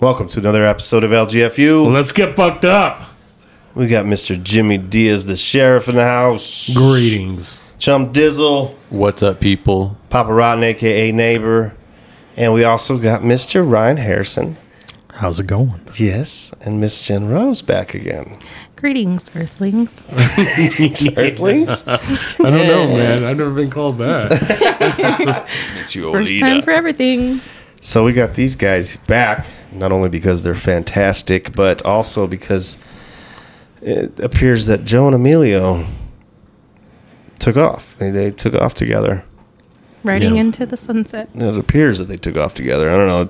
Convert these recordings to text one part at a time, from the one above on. Welcome to another episode of LGFU. Let's get fucked up. We got Mr. Jimmy Diaz, the sheriff in the house. Greetings. Chum Dizzle, What's up, people? Papa Rotten, aka neighbor. And we also got Mr. Ryan Harrison. How's it going? Yes, and Miss Jen Rose back again. Greetings, Earthlings. Earthlings? I don't know, Oh, man. I've never been called that. First time for everything. So we got these guys back, not only because they're fantastic, but also because it appears that Joe and Emilio took off. They, they took off together. Riding Yeah. into the sunset. It appears that they took off together. I don't know.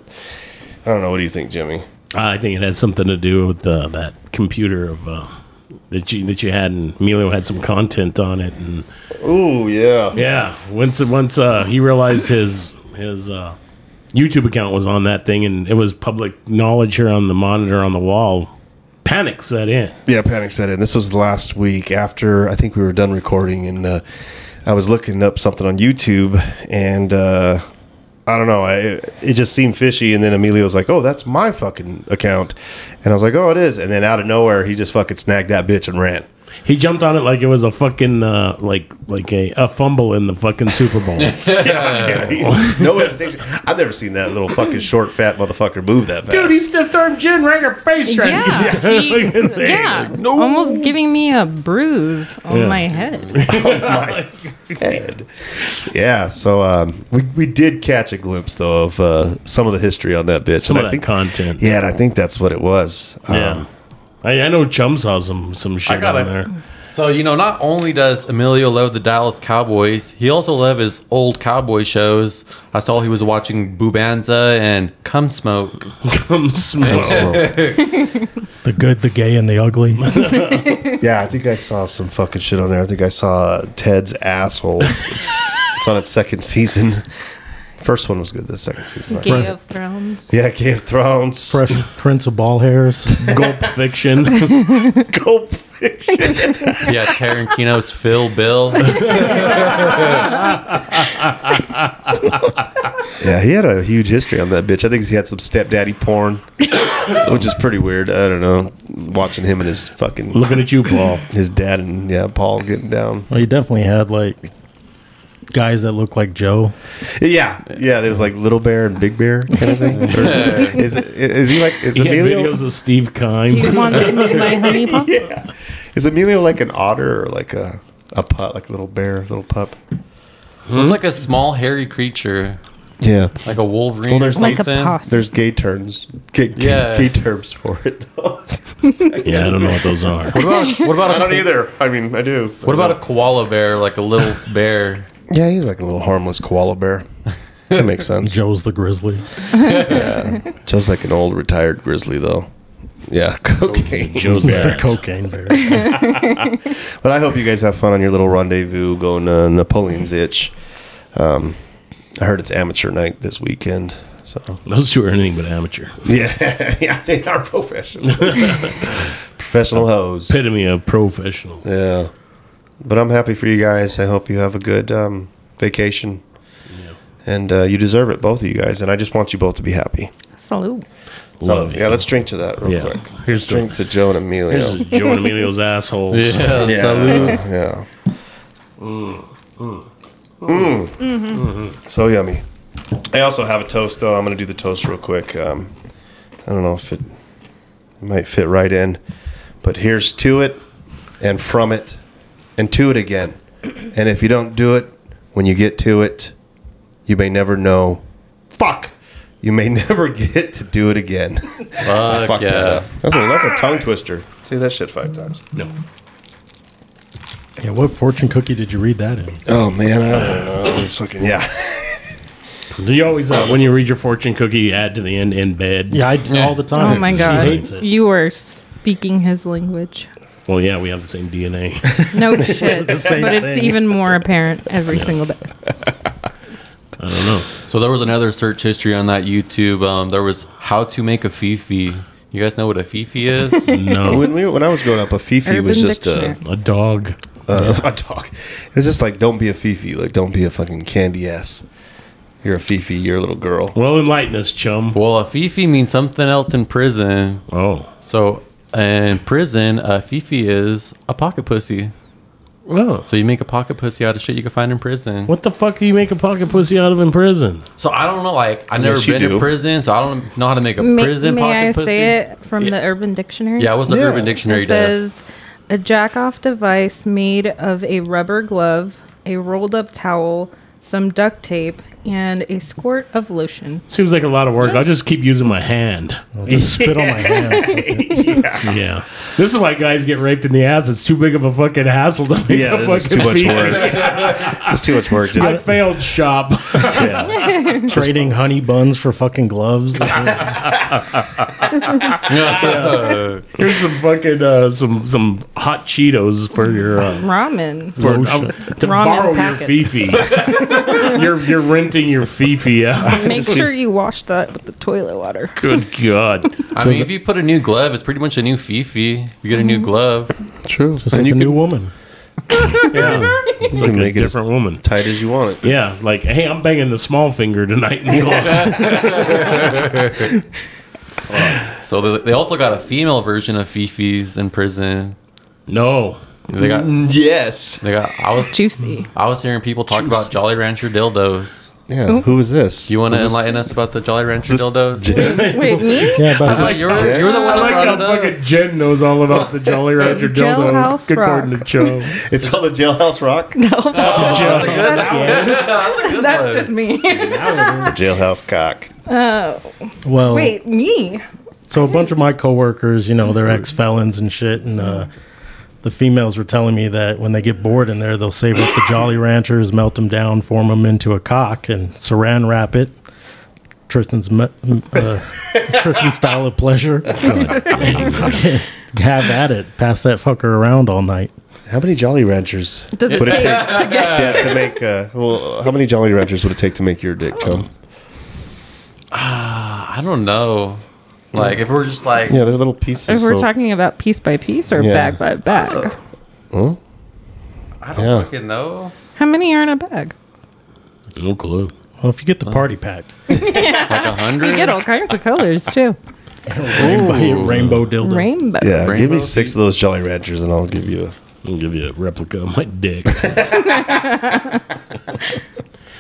I don't know. What do you think, Jimmy? I think it has something to do with uh, that computer of uh, that you that you had, and Emilio had some content on it, and Oh yeah. yeah, once once uh, he realized his his uh, YouTube account was on that thing, and it was public knowledge here on the monitor on the wall. Panic set in. Yeah, panic set in. This was last week after I think we were done recording, and uh, I was looking up something on YouTube, and uh, I don't know, I, it just seemed fishy. And then Emilio was like, "Oh, that's my fucking account," and I was like, "Oh, it is." And then out of nowhere, he just fucking snagged that bitch and ran. He jumped on it like it was a fucking uh, like like a, a fumble in the fucking Super Bowl. no hesitation. I've never seen that little fucking short fat motherfucker move that fast. Dude, he stiff arm gin right in her face. trying to get Yeah. he- Look at that. yeah. Almost giving me a bruise on Yeah. my head. head. Yeah, so um, we we did catch a glimpse though of uh, some of the history on that bitch. some and of I that think, content. yeah, and I think that's what it was. Um, Yeah. I, I know Chum saw some some shit got on it. there. So, you know, not only does Emilio love the Dallas Cowboys, he also loves his old cowboy shows. I saw he was watching Boobanza and Come Smoke. Come smoke. The good, the gay, and the ugly. yeah, I think I saw some fucking shit on there. I think I saw uh, Ted's asshole. It's, it's on its second season. First one was good. The second season. Game of Thrones. Yeah, Game of Thrones. Fresh Prince of Ball Hairs. Gulp fiction. Gulp fiction. Yeah, Tarantino's Phil Bill. Yeah, he had a huge history on that bitch. I think he had some stepdaddy porn, which is pretty weird. I don't know. Watching him and his fucking Looking at you, Paul. his dad and yeah Paul getting down. Well, you definitely had like guys that look like Joe. Yeah, yeah. There's like little bear and big bear kind of thing. Or is, it, is he like is He had Emilio? videos of Steve Do you Kime. want some of my honey pop? Yeah. Is Emilio like an otter or like a a pup, like a little bear, little pup? It's like a small, hairy creature, Yeah. like a wolverine Well, or there's Like something. a possum. There's gay terms, gay, gay- Yeah. gay terms for it. Though. yeah, I don't know what those are. What about, what about, I don't a, either. I mean, I do. what about a koala bear, like a little bear? Yeah, he's like a little harmless koala bear. That makes sense. Joe's the grizzly. Joe's like an old retired grizzly, though. Yeah, cocaine. Joe's It's a that. cocaine bear. But I hope you guys have fun on your little rendezvous going to Napoleon's Itch. Um, I heard it's amateur night this weekend. So Those two are anything but amateur. yeah, yeah, they are professional, professional hoes. Epitome of professional. Yeah, but I'm happy for you guys. I hope you have a good um, vacation, and uh, you deserve it, both of you guys. And I just want you both to be happy. Salute. Love yeah, you. let's drink to that real Yeah. quick. Here's the- drink to Joe and Emilio. Here's Joe and Emilio's assholes. Yeah, salute. Yeah. Mm. Mm-hmm. So yummy. I also have a toast, though. I'm going to do the toast real quick. Um, I don't know if it, it might fit right in, but here's to it and from it and to it again. And if you don't do it when you get to it, you may never know. Fuck! You may never get to do it again. Fuck, Fuck yeah. that up. That's a, that's a tongue twister. Say that shit five times. No. yeah, what fortune cookie did you read that in? Oh man, I don't know. It's fucking yeah. Do you always, uh, when you read your fortune cookie, add to the end in bed? Yeah, I all the time. Oh my She hates god. it. You are speaking his language. Well, yeah, we have the same DNA. No shit. but same it's thing. even more apparent every single day. I don't know. So there was another search history on that YouTube. Um, there was how to make a fifi. You guys know what a fifi is? No. When we when I was growing up, a fifi Urban was just a, Dictionary. A dog. a, a dog. It was just like don't be a fifi, like don't be a fucking candy ass. You're a Fifi. You're a little girl. Well, enlighten us, chum. Well, a fifi means something else in prison. Oh. So in prison, a fifi is a pocket pussy. Oh. So you make a pocket pussy out of shit you can find in prison. What the fuck do you make a pocket pussy out of in prison? So I don't know. Like I've never Yes, you been in do. prison, so I don't know how to make a May, prison may pocket I pussy. say it from the Urban Dictionary? Yeah, it was the Yeah. Urban Dictionary It says, says a jack off device made of a rubber glove, a rolled up towel, some duct tape, and a squirt of lotion. Seems like a lot of work. I'll just keep using my hand. I'll just spit on my hand. Yeah. This is why guys get raped in the ass. It's too big of a fucking hassle to make Yeah, a it's too fucking much fee. work. It's too much work. I Just failed shop. yeah. Trading honey buns for fucking gloves. Here's some fucking uh, some some hot Cheetos for your uh, Ramen. for, Lotion. um, to Ramen borrow packets. your Fifi. you're you're renting your Fifi out. Make sure you wash that with the toilet water. Good God. I mean, if you put a new glove, it's pretty much a new fifi. If you get a Mm-hmm. new glove, True. Just like a new woman. Yeah. It's can like a make it as- different woman. tight as you want it. Yeah, like hey, I'm banging the small finger tonight. so they, they also got a female version of fifis in prison. no. They got Mm. Mm, Yes. they got. I was Juicy. I was hearing people talk about Jolly Rancher dildos. Yeah. Who is this? Do you want to Is this- enlighten us about the Jolly Rancher this- dildos? Wait, me? Yeah, but I thought you were, you were the one I that like brought how it up. fucking Jen knows all about the Jolly Roger dildo. Jailhouse according Rock. to Joe. It's called a jailhouse rock. That's just me. jailhouse cock. Oh. well, Wait, me? so a bunch of my coworkers, you know, they're ex felons and shit, and uh, the females were telling me that when they get bored in there, they'll save up the Jolly Ranchers, melt them down, form them into a cock, and Saran wrap it. Tristan's me- m- uh, Tristan's style of pleasure. Have at it. Pass that fucker around all night. How many Jolly Ranchers Does it would take it take? to get? Yeah, to make. Uh, well, how many Jolly Ranchers would it take to make your dick come? I don't know. Like if we're just like Yeah, they're little pieces. If we're so- talking about piece by piece or Yeah. bag by bag, I don't Yeah. fucking know. how many are in a bag? No clue. Well, if you get the party pack, Like a You hundred. get all kinds of colors too. rainbow, rainbow dildo. Rainbow. Yeah, give Rainbow me six of those Jolly Ranchers, and I'll give you. A, I'll give you a replica of my dick.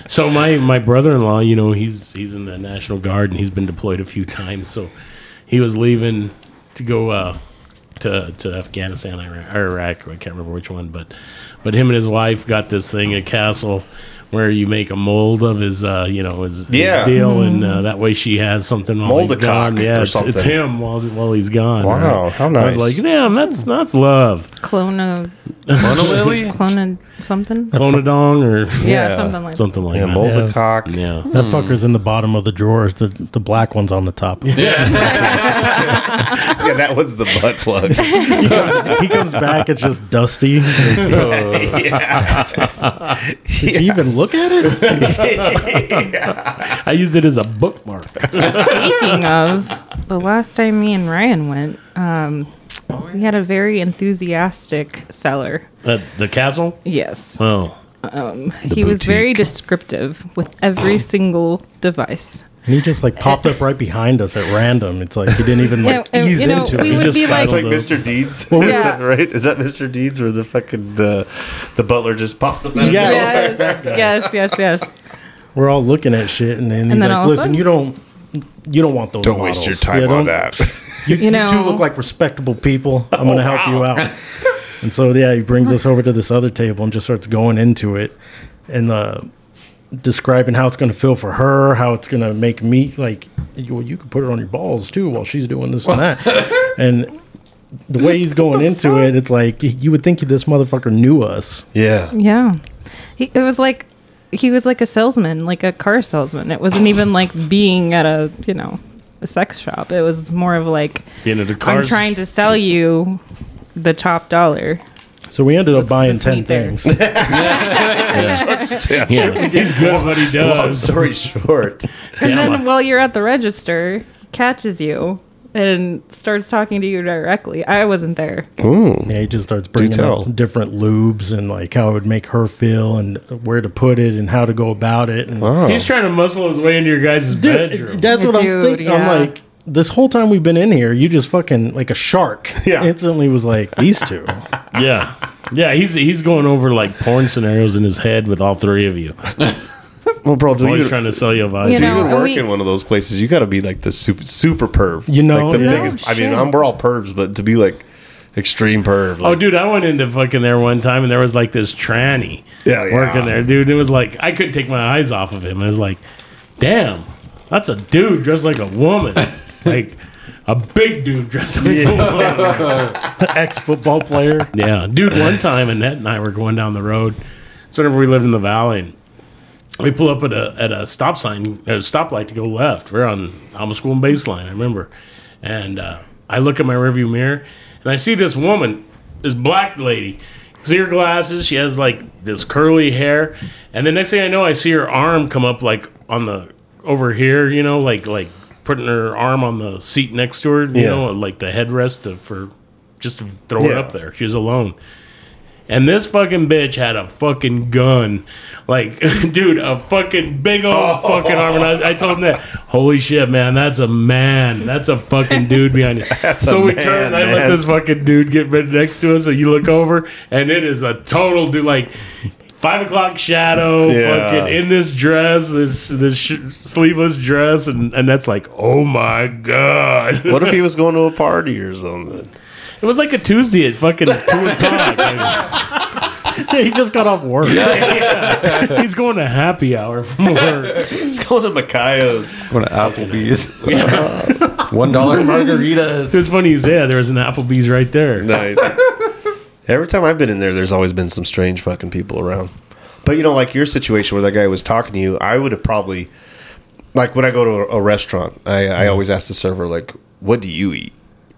so my my brother in law, you know, he's he's in the National Guard and he's been deployed a few times. So he was leaving to go uh, to to Afghanistan, Iraq, or Iraq. I can't remember which one, but but him and his wife got this thing at Castle. Where you make a mold of his, uh, you know, his, his Yeah. deal, and uh, that way she has something while he's Mold-a-cock gone. or Yeah, it's, it's something. him while while he's gone. Wow, right? how I was nice. like, damn, that's that's love. Clone a Mona Lily? clone a something. Clonadong or Yeah, Yeah. something like something like yeah, that. mold a Yeah. cock. Yeah. That fucker's in the bottom of the drawer. The the black one's on the top. Yeah, that one's the butt plug. he comes back, it's just dusty. Oh. Did you even look at it? I used it as a bookmark. that. Speaking of, the last time me and Ryan went, um, we had a very enthusiastic seller. At the castle? Yes. Oh. he was very descriptive with every single device. And he just like popped up right behind us at random. It's like he didn't even like And- and, ease you know, into we it. He would be just like- It's like Dildo. Mr. Deeds, we- Is Yeah. that right? Is that Mr. Deeds where the fucking the the butler just pops up? Out of Yeah. nowhere? Yes, yes, yes, yes. we're all looking at shit, and then he's then all like, of a "Listen, sudden- you don't, you don't want those. Don't waste models. your time Yeah, on don't- that. You, you know- two look like respectable people. I'm gonna help you out." And so yeah, he brings us over to this other table and just starts going into it, and uh, describing how it's gonna feel for her, how it's gonna make me like, you, well, you could put it on your balls too while she's doing this and that, and. The way he's going into it, it's like you would think this motherfucker knew us. Yeah. Yeah. He, it was like he was like a salesman, like a car salesman. It wasn't even like being at a, you know, a sex shop. It was more of like You know, the I'm cars. trying to sell you the top dollar. So we ended up buying let's ten meet there. things. Yeah. He's good, but he Long does. story short, And Yeah, then like- while you're at the register, he catches you and starts talking to you directly. I wasn't there. Ooh. Yeah, he just starts bringing tell. up different lubes and like how it would make her feel and where to put it and how to go about it. And Wow. He's trying to muscle his way into your guys' Dude, bedroom. that's what I'm Dude, thinking. I'm yeah. like, this whole time we've been in here, you just fucking like a shark. Yeah. instantly was like these two. yeah, yeah. He's he's going over like porn scenarios in his head with all three of you. well, bro, do Always you, trying to sell you a vibe. You do you know, even and work we- in one of those places? You got to be like the super super perv. You know, like the yeah. biggest. Oh, I mean, shit. I'm, we're all pervs, but to be like extreme perv. Oh, Like, dude, I went into fucking there one time, and there was like this tranny Yeah, yeah. working there, dude. And it was like I couldn't take my eyes off of him. I was like, damn, that's a dude dressed like a woman, like a big dude dressed like a woman. Ex football player. Yeah, dude. One time, Annette and I were going down the road. It's whenever we lived in the valley, and we pull up at a at a stop sign, at a stoplight to go left. We're on Alma School and Baseline, I remember. And uh, I look at my rearview mirror, and I see this woman, this black lady, clear glasses. She has like this curly hair, and the next thing I know, I see her arm come up like on the over here, you know, like like putting her arm on the seat next to her, you Yeah. know, like the headrest to, for just to throw her Yeah. up there. She's alone. And this fucking bitch had a fucking gun. Like, dude, a fucking big old fucking arm. And I, I told him that, holy shit, man, that's a man. That's a fucking dude behind you. so a we man, turned, I let man. this fucking dude get right next to us. And you look over, and it is a total dude, like, five o'clock shadow, Yeah. fucking in this dress, this this sh- sleeveless dress. And, and that's like, oh my God. what if he was going to a party or something? It was like a Tuesday at fucking 2 o'clock. Like, he just got off work. yeah. He's going to happy hour from work. He's going to Macayo's. Going to Applebee's. One dollar margaritas. It's funny you say that. There was an Applebee's right there. Nice. Every time I've been in there, there's always been some strange fucking people around. But you know, like your situation where that guy was talking to you, I would have probably, like when I go to a, a restaurant, I, I Mm-hmm. always ask the server like, "What do you eat?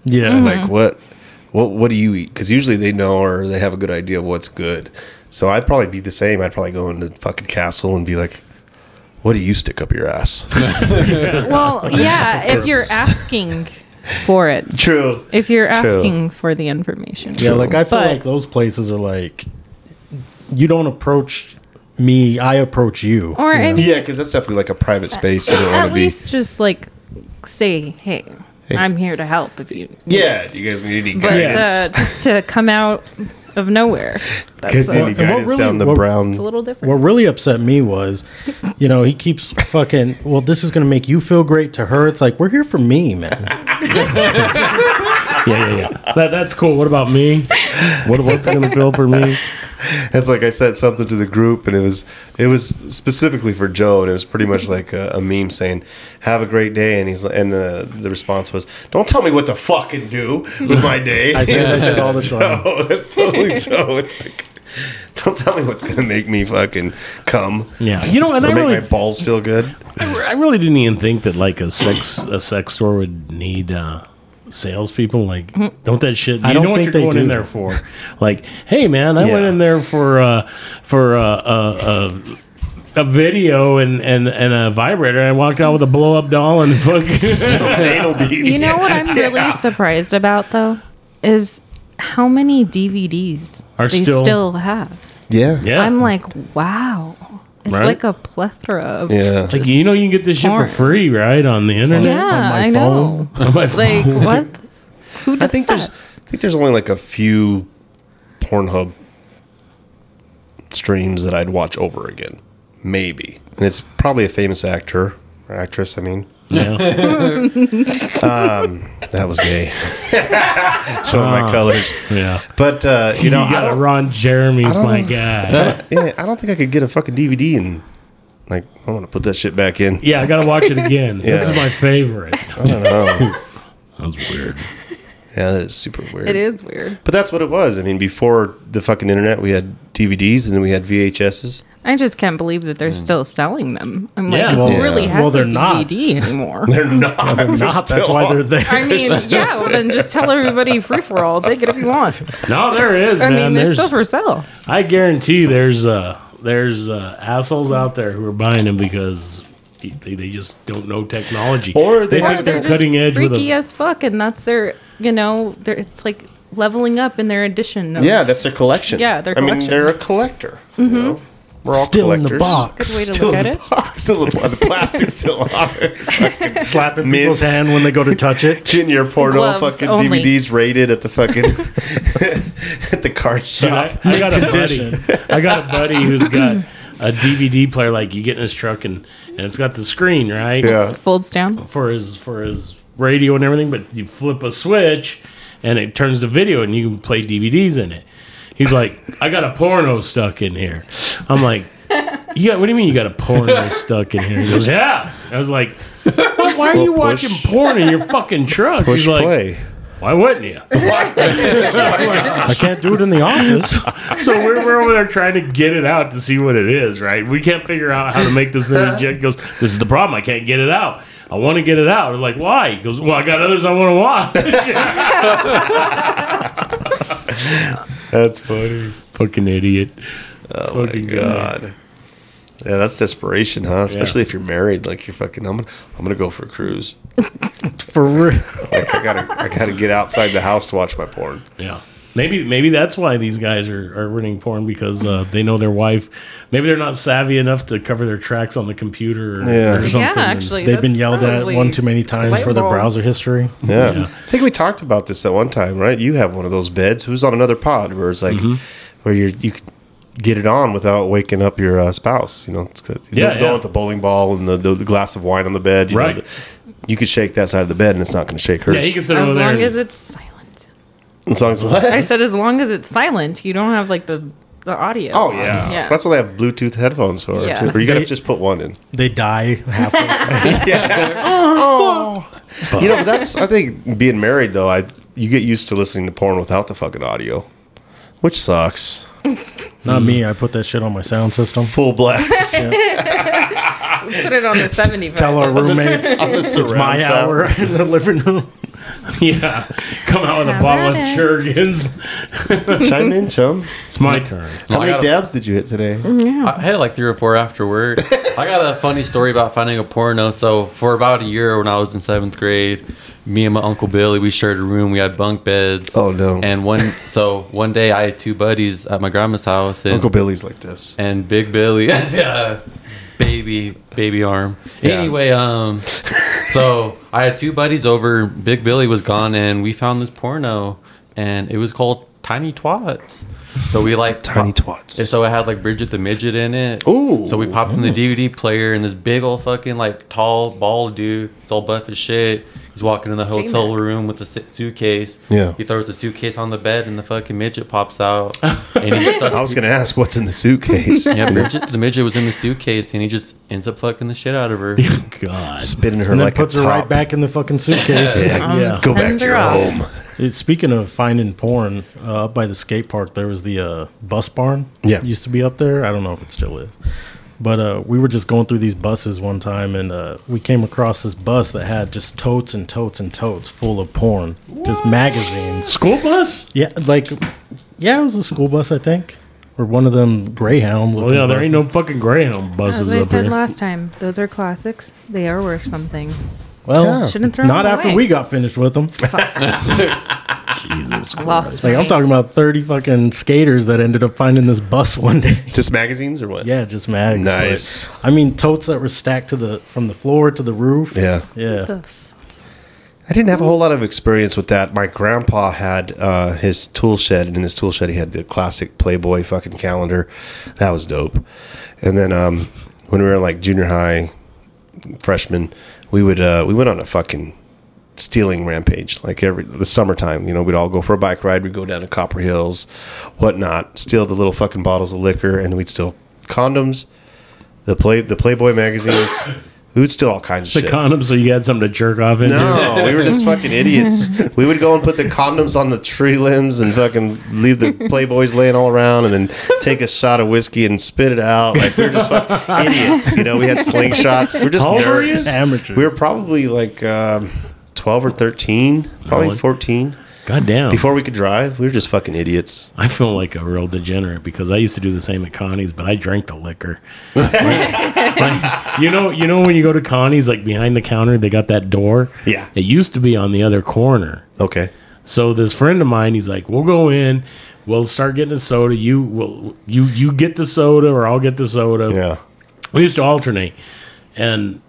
Yeah, Like Mm-hmm. what, what, what do you eat?" Because usually they know or they have a good idea of what's good. So I'd probably be the same. I'd probably go into fucking castle and be like, "What do you stick up your ass?" Well, yeah, if you're asking for it. True. If you're asking for the information. yeah. Like I feel But- like those places are like, you don't approach me, I approach you. Or I mean, Yeah, because that's definitely like a private space. You don't want at to be. least just like say, hey, I'm here to help if you. Yeah, do you guys need any But guidance? uh, just to come out of nowhere, Kids Well, need and what guidance really- down the what- brown. it's a little What different. really upset me was, you know, he keeps fucking. Well, this is gonna make you feel great. To her, it's like we're here for me, man. Yeah, yeah, yeah. That, that's cool. What about me? What, what's going to feel for me? It's like I said something to the group, and it was it was specifically for Joe, and it was pretty much like a, a meme saying, "Have a great day," and he's and the the response was, "Don't tell me what to fucking do with my day." I say that shit all the time. Joe, that's totally Joe. It's like, don't tell me what's gonna make me fucking come. Yeah. You know, and Or I make really, my balls feel good. I really didn't even think that like a sex a sex store would need uh, salespeople. Like, don't that shit? You I don't know what think you're they going in do. there for? Like, hey man, I went Yeah. in there for uh, for uh, uh, uh, a video and, and and a vibrator, and I walked out with a blow up doll and fucking. Anal beads. You know what I'm really surprised about though is how many DVDs Are they still- still, have. Yeah. yeah, I'm like, wow, it's Right? like a plethora of Yeah. Like you know, you can get this shit for porn. free, right, on the internet. yeah, on my I know. On my phone. Like what? Who does I think that? there's I think there's only like a few Pornhub streams that I'd watch over again, maybe. And it's probably a famous actor or actress. I mean, yeah. that was gay. Showing my colors, yeah. but uh, you You know, got I, it. don't, Ron Jeremy's my guy. yeah, I don't think I could get a fucking DVD and like I want to put that shit back in. Yeah, I gotta watch it again. This Yeah. is my favorite. That's weird. Yeah, that is super weird. it is weird. But that's what it was. I mean, before the fucking internet, we had DVDs and then we had VHSs. I just can't believe that they're still selling them. I'm like, Yeah. who Well, really yeah. has Well, a they're not. DVD anymore? They're not. They're Not that's still why on. they're there. I mean, yeah. Well, then just tell everybody free for all. Take it if you want. No, there is. I man. mean, they're there's, still for sale. I guarantee there's uh there's uh assholes out there who are buying them because they, they just don't know technology, Or they- Or think they're they're just cutting edge with freaky a, as fuck, and that's their, you know, their, it's like leveling up in their edition. Of, Yeah, that's their collection. Yeah, their I mean, collection. they're a collector. you know? We're all Still in the collectors. box. Good way to Still look in at the it. box. Still in the, the plastic's still on it. Slapping Mints. people's hand when they go to touch it. in your porno Gloves fucking only. DVDs rated at the fucking at the card Dude, shop. I, I got a buddy. Condition. I got a buddy who's got a DVD player. Like you get in his truck and, and it's got the screen right yeah. Folds down. for his for his radio and everything. But you flip a switch and it turns to video and you can play DVDs in it. He's like, I got a porno stuck in here. I'm like, you got, what do you mean you got a porno stuck in here? He goes, yeah. I was like, "Why- why are you push- watching porn in your fucking truck? Push He's like, play. why wouldn't you? I can't do it in the office. So we're, we're over there trying to get it out to see what it is, right? We can't figure out how to make this thing eject. He goes, this is the problem. I can't get it out. I want to get it out. We're like, why? He goes, well, I got others I want to watch. That's funny. Fucking idiot. Oh my Fucking guy. god. Yeah, that's desperation, huh? Especially if you're married, like you're fucking. I'm gonna, I'm gonna go for a cruise. For real. Like I gotta, I gotta get outside the house to watch my porn. Yeah. Maybe maybe that's why these guys are, are renting porn because uh, they know their wife. Maybe they're not savvy enough to cover their tracks on the computer or, Yeah. or something. Yeah, actually, They've been that's yelled at probably one too many times for their relatable. browser history. Yeah. Yeah. I think we talked about this at one time, right? You have one of those beds. Who's on another pod where it's like, where you you can get it on without waking up your uh, spouse. You know, it's good. You Yeah, don't, don't yeah. want the bowling ball and the, the, glass of wine on the bed. You know, Right. the- you could shake that side of the bed and it's not going to shake hers. Yeah, he can sit As over there. long and- as it's silent. as long as what? I said, as long as it's silent, you don't have like the the audio. Oh yeah. Yeah. that's what they have Bluetooth headphones for. Yeah. Too. Or you gotta They- just put one in. They die halfway. You know, that's I think being married though, I you get used to listening to porn without the fucking audio, which sucks. Not me. I put that shit on my sound system. Full blast. Put it on the seventy. Tell our roommates On the it's my surround sound. hour in the living room. yeah. Come out with a Have bottle of at it. Jergens. Chime in, chum. It's my turn. How Oh, I many gotta- Mm-hmm. dabs did you hit today? I had like three or four after work. I got a funny story about finding a porno. So for about a year, when I was in seventh grade, me and my uncle Billy, we shared a room. We had bunk beds. Oh, no. And one, so one day, I had two buddies at my grandma's house, and Uncle Billy's like this. and Big Billy, yeah, baby, baby arm. Yeah. Anyway, um, so I had two buddies over. Big Billy was gone, and we found this porno, and it was called Tiny Twats. So we like Tiny pop- twats. and so it had like Bridget the Midget in it. Ooh. So we popped in the DVD player, and this big old fucking like tall bald dude, he's all buff as shit. He's walking in the hotel J-Mac. room with a si- suitcase. Yeah. He throws the suitcase on the bed, and the fucking midget pops out. And he starts I was gonna ask what's in the suitcase. yeah, Bridget, the midget was in the suitcase, and he just ends up fucking the shit out of her. God. Spinning her And then like puts a her top. right back in the fucking suitcase. Yeah. Yeah. Go back Um, Send to her your off. home. It- Speaking of finding porn, uh, up by the skate park, there was the uh, bus barn. Yeah. It used to be up there. I don't know if it still is. But uh, we were just going through these buses one time, and uh, we came across this bus that had just totes and totes and totes full of porn, just magazines. School bus? Yeah, like, yeah, it was a school bus, I think, or one of them Greyhound. Oh, Well, yeah, there ain't no fucking Greyhound As buses I up said here. last time, those are classics. They are worth something. Well, Shouldn't throw not them after away. we got finished with them. Jesus Lost. Like I'm talking about 30 fucking skaters that ended up finding this bus one day. Just magazines or what? Yeah, just mags. but- Nice. I mean, totes that were stacked to the from the floor to the roof. Yeah. yeah. The f- I didn't have a whole lot of experience with that. My grandpa had uh, his tool shed, and in his tool shed, he had the classic Playboy fucking calendar. That was dope. And then um, when we were in like junior high, freshmen, we would uh, we went on a fucking stealing rampage like every the summertime you know we'd all go for a bike ride we'd go down to copper hills whatnot steal the little fucking bottles of liquor and we'd steal condoms the play the playboy magazines we would steal all kinds of The shit condom, so you had something to jerk off into. no, we were just fucking idiots. We would go and put the condoms on the tree limbs and fucking leave the Playboys laying all around and then take a shot of whiskey and spit it out. Like, we were just fucking idiots. You know, we had slingshots. We were just How old were nerds. Amateurs. We were probably like um, 12 or 13, probably Really? 14. God damn. Before we could drive, we were just fucking idiots. I feel like a real degenerate because I used to do the same at Connie's, but I drank the liquor. Like, you know, you know when you go to Connie's, like behind the counter, they got that door. Yeah. it used to be on the other corner. Okay. So this friend of mine, he's like, "We'll go in, we'll start getting a soda. You will, you you get the soda, or I'll get the soda. Yeah. We used to alternate. And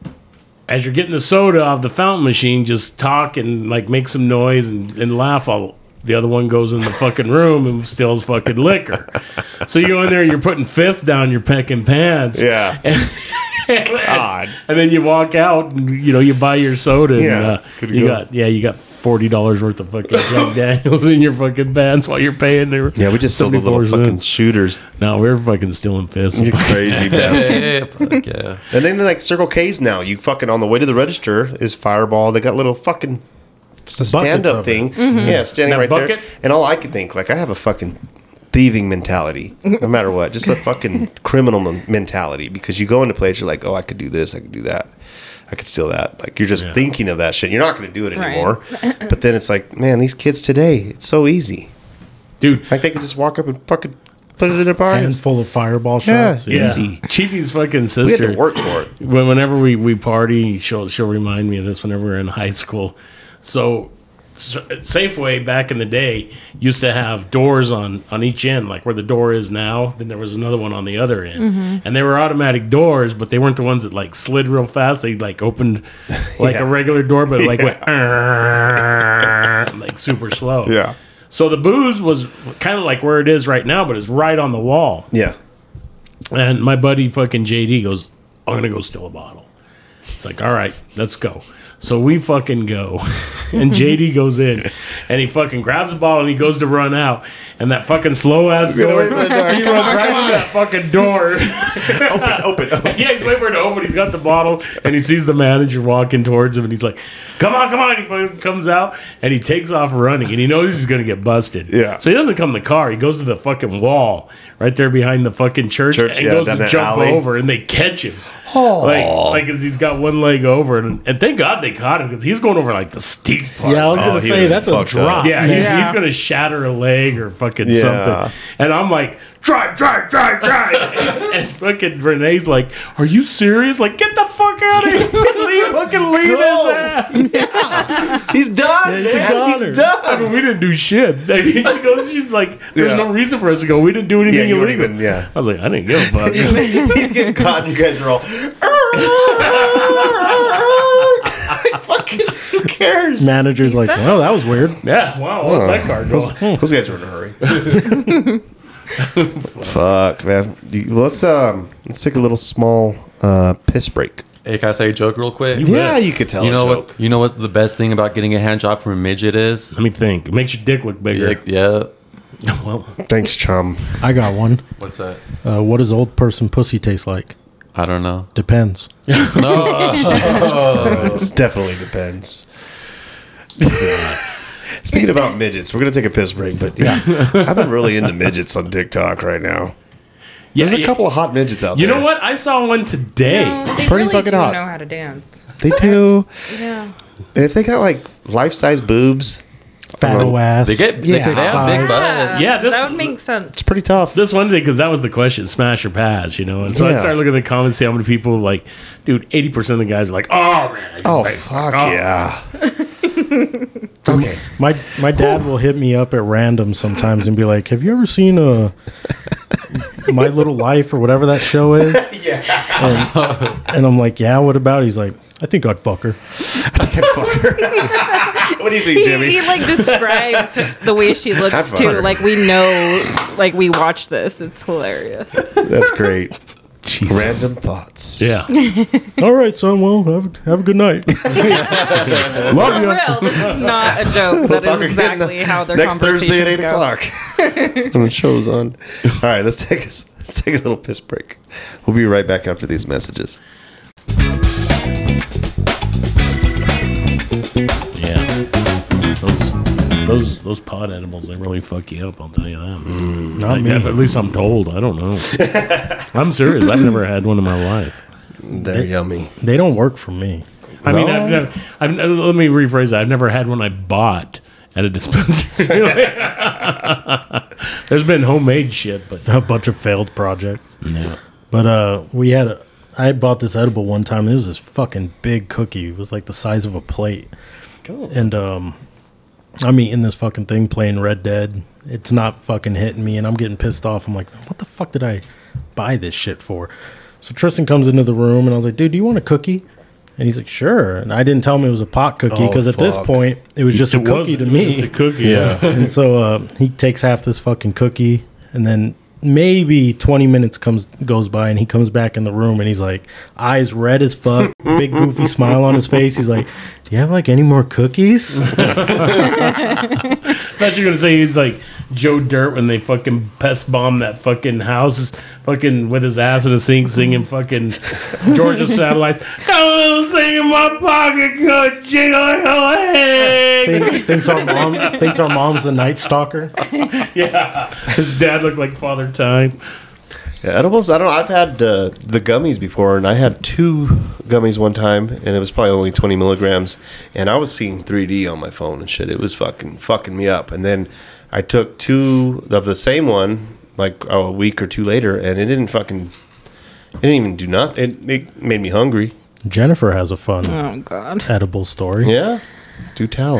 as you're getting the soda off the fountain machine, just talk and like make some noise and, and laugh while the other one goes in the fucking room and steals fucking liquor. so you go in there and you're putting fists down, you're pecking pants. Yeah. God. And then you walk out and you know, you buy your soda and Yeah, uh, good to you go. got yeah, you got forty dollars worth of fucking Jack Daniels in your fucking pants while you're paying there. Yeah, we just sold the little fucking shooters. No, we're fucking stealing fists. You crazy bastard. Yeah, fuck yeah. And then like Circle K's now, you fucking on the way to the register is Fireball. They got little fucking stand of up it. thing. Yeah, standing That right there. bucket? And all I could think, like, I have a fucking thieving mentality, no matter what, just a fucking criminal men- mentality. Because you go into place, you're like, oh, I could do this, I could do that, I could steal that. Like you're just thinking of that shit. You're not going to do it Right. anymore. but then it's like, man, these kids today, it's so easy. Dude, Like they could just walk up and fucking put it in their Hands pockets. full of fireball Yeah, shots. yeah. easy. Chiefy's fucking We sister. had to work for it. when whenever we we party, she'll she'll remind me of this whenever we're in high school. So S- Safeway back in the day used to have doors on on each end, like where the door is now. Then there was another one on the other end, and they were automatic doors, but they weren't the ones that like slid real fast. They like opened like Yeah. a regular door, but like went "Arrgh," like super slow. Yeah. So the booze was kind of like where it is right now, but it's right on the wall. Yeah. And my buddy fucking JD goes, I'm gonna go steal a bottle. It's like, all right, let's go. So we fucking go. And JD goes in and he fucking grabs a bottle and he goes to run out. And that fucking slow ass Get away door. from the door. He Come runs on, right come into that fucking door. Open. open. yeah, he's waiting for it to open. He's got the bottle and he sees the manager walking towards him and he's like, come on, come on. He fucking comes out and he takes off running and he knows he's gonna get busted. Yeah. So he doesn't come in the car. He goes to the fucking wall right there behind the fucking church, Church, and yeah, goes down to that jump alley. over and they catch him. Like, like, as he's got one leg over, and, and thank God they caught him because he's going over like the steep part. Yeah, I was Oh, gonna he say would've that's a fucked up. drop. Yeah, man. he's- Yeah. He's, gonna shatter a leg or fucking Yeah. something. And I'm like, drive, drive, drive, drive. and fucking Renee's like, Are you serious? Like, get the fuck out of here. leave, fucking leave go. his ass. He's done. It's a man. goner. He's done. I mean, we didn't do shit. I mean, she goes, she's like, There's Yeah. no reason for us to go. We didn't do anything you weren't illegal. even- yeah. I was like, I didn't give a fuck. He's getting caught, and you guys are all. Like, "Ah!" Fucking, who cares? Manager's like, well, that was weird. yeah, wow, what's that card going? Hmm. Those guys are in a hurry. Fuck, man. You- Let's um, let's take a little small uh piss break. Hey, can I say a joke real quick? Yeah, you could tell. You a know joke. what? You know what the best thing about getting a hand job from a midget is? Let me think. It makes your dick look bigger. Like, yeah. Well, Thanks, chum. I got one. What's that? Uh, what does old person pussy taste like? I don't know. Depends. It definitely depends. Speaking about midgets, we're gonna take a piss break, but yeah, I've been really into midgets on TikTok right now. yeah, There's a yeah. couple of hot midgets out You there. know what? I saw one today. they Pretty really fucking do hot. know how to dance. They do. Yeah. And if they got like life size boobs, Fat Well, ass. They get Yeah. they, they have big butts. oh, Yeah, this- that would make sense. it's pretty tough. this one day because that was the question smash or pass you know and so i Yeah. started looking at the comments see how many people like dude 80% of the guys are like oh man oh Like, fuck off. yeah! My my dad will hit me up at random sometimes and be like, "Have you ever seen a My Little Life or whatever that show is?" yeah. And, and I'm like, "Yeah, what about?" it?" He's like, "I think I'd fuck her." what do you think, He, he Jimmy? like describes the way she looks Have too. fun. Like we know, like we watch this. It's hilarious. That's great. Jesus. Random thoughts. yeah All right, son. Well, have a, have a good night. For real, this is not a joke. That Talk again is exactly the- how their next conversations Thursday at eight go. o'clock when the show's on. All right, let's take a, s- let's take a little piss break. We'll be right back after these messages. yeah those those those pod animals they really fuck you up i'll tell you that Mm-hmm. I, at least i'm told i don't know i'm serious i've never had one in my life They're yummy. They don't work for me. i mean No. I've never, I've, let me rephrase that i've never had one i bought at a dispensary. There's been homemade shit, but a bunch of failed projects. no. But uh, we had a. I had bought this edible one time. And it was this fucking big cookie. It was like the size of a plate. And um, I'm eating this fucking thing, playing Red Dead. It's not fucking hitting me, and I'm getting pissed off. I'm like, what the fuck did I buy this shit for? So Tristan comes into the room, and I was like, dude, do you want a cookie? And he's like, sure. And I didn't tell him it was a pot cookie Oh, because at this fuck. point, it was just a It cookie wasn't- to it was me just a cookie. and so uh, he takes half this fucking cookie, and then maybe 20 minutes comes goes by, and he comes back in the room, and he's like, eyes red as fuck, big goofy smile on his face. He's like, "Do you have like any more cookies?" I thought you were gonna say he's like Joe Dirt when they fucking pest bomb that fucking house, fucking with his ass in a sink, singing fucking Georgia satellites. Got a little thing in my pocket, go jiggle your head. Think, thinks our mom thinks our mom's the night stalker. His dad looked like Father Time. Yeah, edibles. I don't know. I've had uh, the gummies before, and I had two gummies one time, and it was probably only twenty milligrams, and I was seeing three D on my phone and shit. It was fucking fucking me up. And then I took two of the same one like a week or two later, and it didn't fucking. It didn't even do nothing. It, it made me hungry. Jennifer has a fun Oh God. edible story. Yeah. Do tell.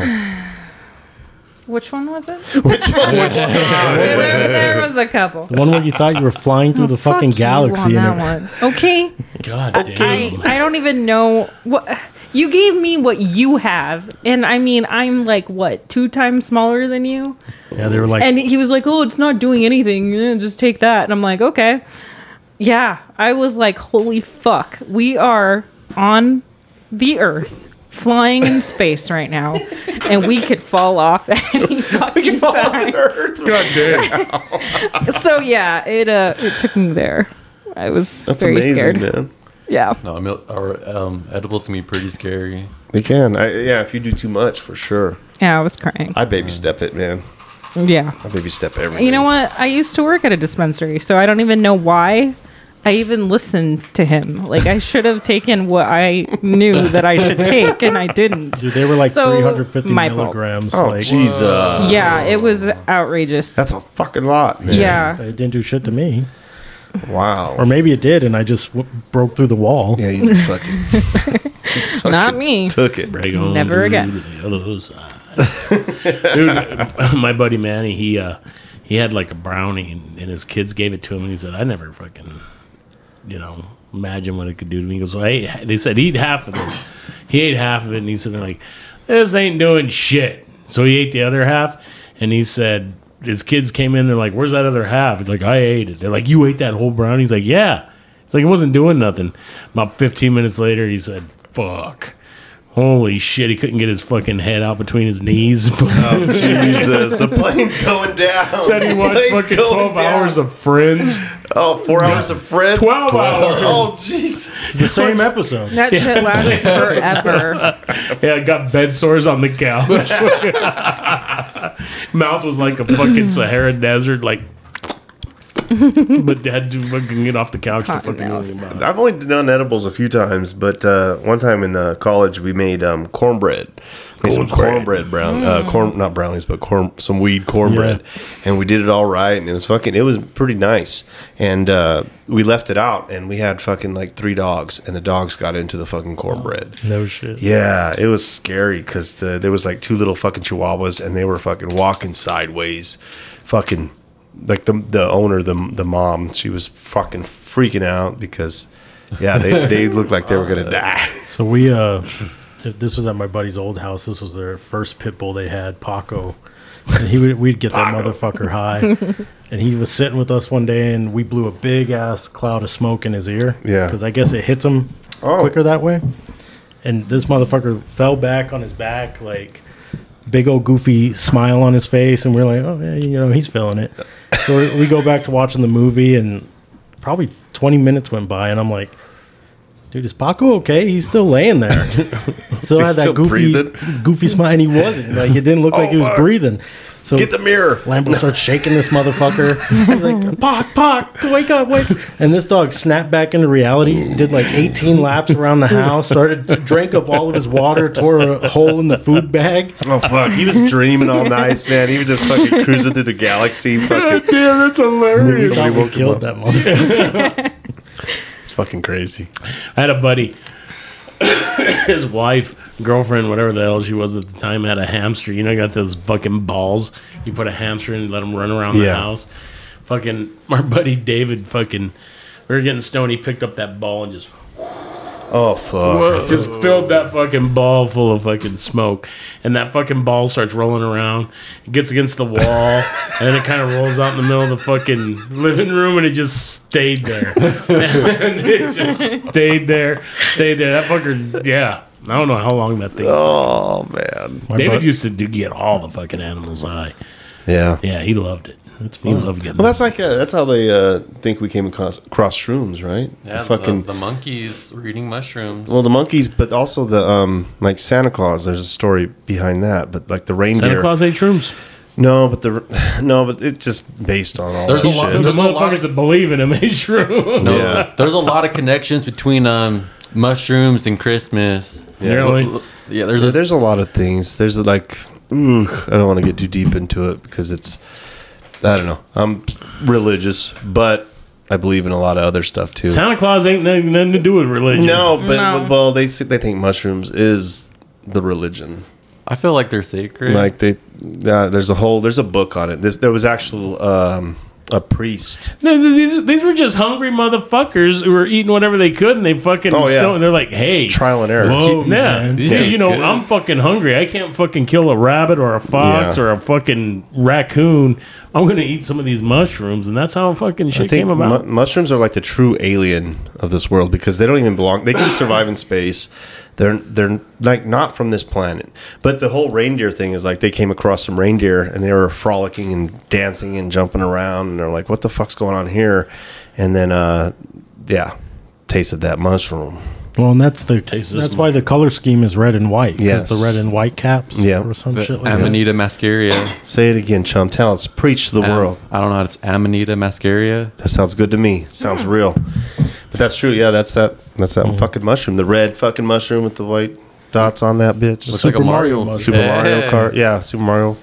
Which one was it? Which one? Which there, there was a couple. The one where you thought you were flying through the fucking Fuck you on galaxy. that And it, one. Okay. God I, damn. I don't even know what you gave me what you have and i mean i'm like what two times smaller than you yeah, they were like, and he was like oh it's not doing anything Eh, just take that and i'm like okay yeah i was like holy fuck we are on the earth flying in space right now and we could fall off at any fucking time God damn. so yeah it uh it took me there i was That's very amazing, scared man. yeah No, mil- or um, edibles can be pretty scary. They can. I, yeah, if you do too much, for sure. yeah i was crying I baby step it, man. yeah I baby step everything. You know what? I used to work at a dispensary, so I don't even know why I even listened to him. Like I should have taken what I knew that I should take, and I didn't. dude, they were like So, 350 my fault. milligrams. Oh, like, Jesus. Yeah, it was outrageous. That's a fucking lot, man. yeah. it didn't do shit to me. Wow. Or maybe it did, and I just w- broke through the wall. yeah, you just fucking. just fucking Not me. Took it. Bring on Never the again. yellow side. Dude, my buddy Manny, he uh, he had like a brownie, and, and his kids gave it to him, and he said, "I never fucking, you know, imagine what it could do to me." He goes, well, I ate, "They said eat half of this." He ate half of it, and he said, "They're like, this ain't doing shit." So he ate the other half, and he said, "His kids came in, they're like, where's that other half?" He's like, "I ate it." They're like, "You ate that whole brownie?" He's like, "Yeah." It's like it wasn't doing nothing. About 15 minutes later, he said, "Fuck." Holy shit, he couldn't get his fucking head out between his knees. Jesus, the plane's going down. Said he The watched plane's fucking going 12 down. hours of Friends. Oh, four hours of Fred. 12 hours! Oh, Jesus. The same episode. That shit lasted forever. Yeah, got bed sores on the couch. Mouth was like a fucking Sahara Desert, like. but had to fucking get off the couch to Cotton fucking mouth. worry about it. I've only done edibles a few times, but uh, one time in uh, college we made um, cornbread. Made some cornbread brown, uh, corn not brownies, but corn some weed cornbread, and we did it all right, and it was fucking, it was pretty nice, and uh, we left it out, and we had fucking like three dogs, and the dogs got into the fucking cornbread. No shit. Yeah, it was scary because the, there was like two little fucking chihuahuas, and they were fucking walking sideways, fucking like the the owner, the the mom, she was fucking freaking out because yeah, they they looked like they were gonna die. So we uh this was at my buddy's old house. This was their first pit bull they had, Paco. And he would we'd get that motherfucker high. And he was sitting with us one day and we blew a big ass cloud of smoke in his ear. Yeah. Because I guess it hits him Oh. quicker that way. And this motherfucker fell back on his back like big old goofy smile on his face and we're like, Oh yeah, you know, he's feeling it. So we- we go back to watching the movie and probably twenty minutes went by and I'm like Dude, is Paco okay? He's still laying there. still he had that still goofy, breathing? goofy smile, and he wasn't. Like it didn't look like he was fuck. breathing. So Get the mirror. Lambo starts shaking this motherfucker. He's like, "Pock, pock, wake up, wake!" And this dog snapped back into reality. Did like 18 laps around the house. Started drank up all of his water. Tore a hole in the food bag. Oh fuck, he was dreaming all night, man. He was just fucking cruising through the galaxy. Fucking, Damn, that's Somebody hilarious. Thought we woke him killed up. that motherfucker. it's fucking crazy. I had a buddy. His wife, girlfriend, whatever the hell she was at the time, had a hamster. You know, you got those fucking balls. You put a hamster in and let him run around the Yeah. house. Fucking, my buddy David, fucking, we were getting stoned. He picked up that ball and just Oh fuck. just filled that fucking ball full of fucking smoke, and that fucking ball starts rolling around. It gets against the wall, and then it kind of rolls out in the middle of the fucking living room, and it just stayed there. and it just stayed there, stayed there. That fucker, yeah. I don't know how long that thing. Oh man. David bud- used to do get all the fucking animals high. Yeah. Yeah, he loved it. That's he loved getting. Well, that's like uh that's how they uh, think we came across, across shrooms, right? Yeah, the fucking the, the monkeys were eating mushrooms. well, the monkeys, but also the um, like Santa Claus. There's a story behind that, but like the reindeer. Santa Claus ate shrooms. No, but the no, but it's just based on all There's that a lot- shit. Those There's the lot- motherfuckers that believe in him ate shrooms. No, Yeah. there's a lot of connections between um, mushrooms and Christmas. Really? Yeah, there's Yeah, a, there's a lot of things. There's like, ooh, I don't want to get too deep into it because it's, I don't know. I'm religious, but I believe in a lot of other stuff too. Santa Claus ain't nothing, nothing to do with religion. no, but No. well, they s- they think mushrooms is the religion. I feel like they're sacred. Like they, yeah, there's a whole there's a book on it. This there was actual um, a priest. No, th- these these were just hungry motherfuckers who were eating whatever they could, and they fucking Oh, yeah. stoned. And they're like, "Hey, Trial and error. whoa, Keep- yeah, man. you- Yeah, you it's know, good. I'm fucking hungry. I can't fucking kill a rabbit or a fox Yeah. or a fucking raccoon. I'm gonna eat some of these mushrooms, and that's how fucking I shit think came about. mu- mushrooms are like the true alien of this world because they don't even belong. They can survive in space. They're they're like not from this planet. But the whole reindeer thing is like they came across some reindeer and they were frolicking and dancing and jumping around and they're like, "What the fuck's going on here?" And then, uh, yeah, tasted that mushroom. Well, and that's the Taste this that's why the color scheme is red and white. Yes. Yes, the red and white caps. Yeah. or some But shit like that. Amanita mascaria. Say it again, chum. Tell us, preach to the world. I don't know. It's Amanita mascaria. That sounds good to me. Sounds real. But that's true. Yeah, that's that. That's that fucking mushroom. The red fucking mushroom with the white dots on that bitch. Looks like a Mario. Mario Super Yeah. Mario Kart. Yeah, Super Mario.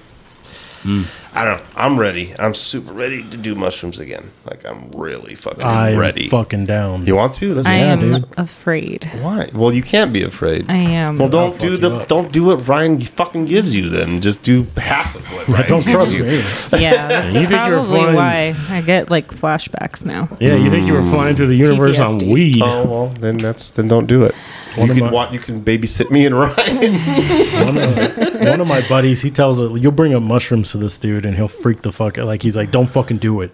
Hmm. I don't. I'm ready. I'm super ready to do mushrooms again. Like I'm really fucking I'm ready. fucking down. you want to? Let's I do am dude. afraid. it. Why? Well, you can't be afraid. I am. well, don't fuck do you the. up. Don't do what Ryan fucking gives you. Then just do half of what. I Ryan don't gives trust you. me. yeah, that's You think you were probably flying- why I get like flashbacks now. yeah, you think you were flying through the universe on PTSD. weed? Oh well, then that's then don't do it. you of can my- wa- you can babysit me and Ryan. one of, one of my buddies, he tells a, you'll bring up mushrooms to this dude and he'll freak the fuck out. Like he's like, don't fucking do it.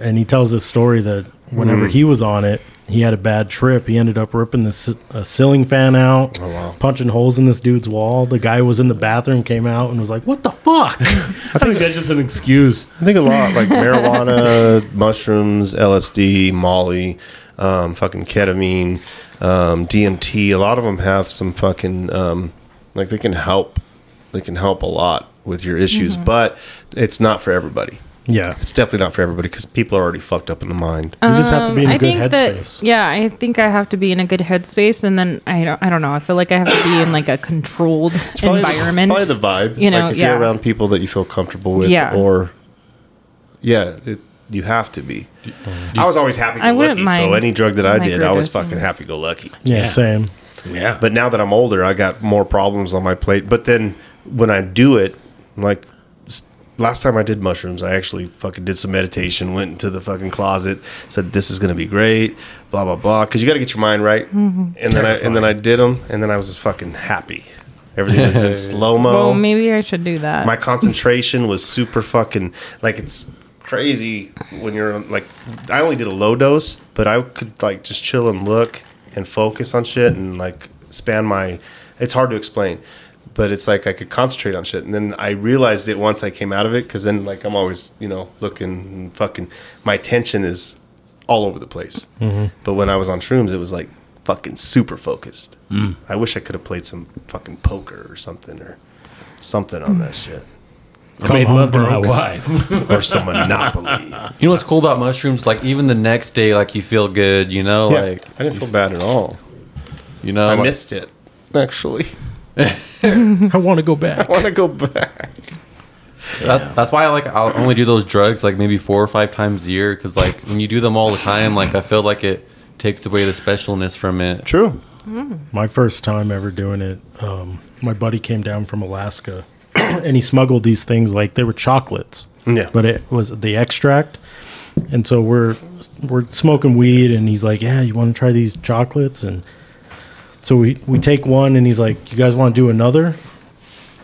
And he tells this story that whenever he was on it, he had a bad trip. He ended up ripping the c- a ceiling fan out, punching holes in this dude's wall. The guy was in the bathroom, came out and was like, "What the fuck?" I think that's just an excuse. I think a lot like marijuana, mushrooms, LSD, Molly, um, fucking ketamine, um, DMT. A lot of them have some fucking um, like they can help. They can help a lot with your issues, Mm-hmm. but it's not for everybody. yeah, It's definitely not for everybody because people are already fucked up in the mind. Uh, you just have to be in a Um, I good think headspace. that yeah, I think I have to be in a good headspace, and then I don't, I don't know. I feel like I have to be in like a controlled Probably the- environment. probably the vibe. You know, like if yeah. you're around people that you feel comfortable with, Yeah. or yeah, it, you have to be. I was always happy I go wouldn't lucky, so mind any drug that I did, I was microdosing. fucking happy go lucky. yeah, Yeah. same. Yeah, But now that I'm older, I got more problems on my plate. But then when I do it, like s- last time I did mushrooms, I actually fucking did some meditation, went into the fucking closet, said this is gonna be great, blah blah blah, because you got to get your mind right. And then I and then I did them, and then I was just fucking happy. Everything was in slow well, mo. maybe I should do that. My concentration was super fucking like it's crazy when you're like I only did a low dose, but I could like just chill and look and focus on shit and like span my it's hard to explain. But it's like I could concentrate on shit, and then I realized it once I came out of it, because then like I'm always you know looking and fucking my attention is all over the place. But when I was on shrooms, it was like fucking super focused. I wish I could have played some fucking poker or something or something on that shit. I made love to my wife. or some Monopoly. You know what's cool about mushrooms? Like even the next day, like you feel good. You know, like I didn't feel bad at all. you know, I like- missed it actually. I want to go back. I want to go back. That, that's why I like I'll only do those drugs like maybe four or five times a year because like when you do them all the time, like I feel like it takes away the specialness from it. True. My first time ever doing it, um, my buddy came down from Alaska and he smuggled these things like they were chocolates. Yeah. But it was the extract. And so we're we're smoking weed and he's like, "Yeah, you want to try these chocolates?" And so we we take one and he's like, "You guys want to do another?"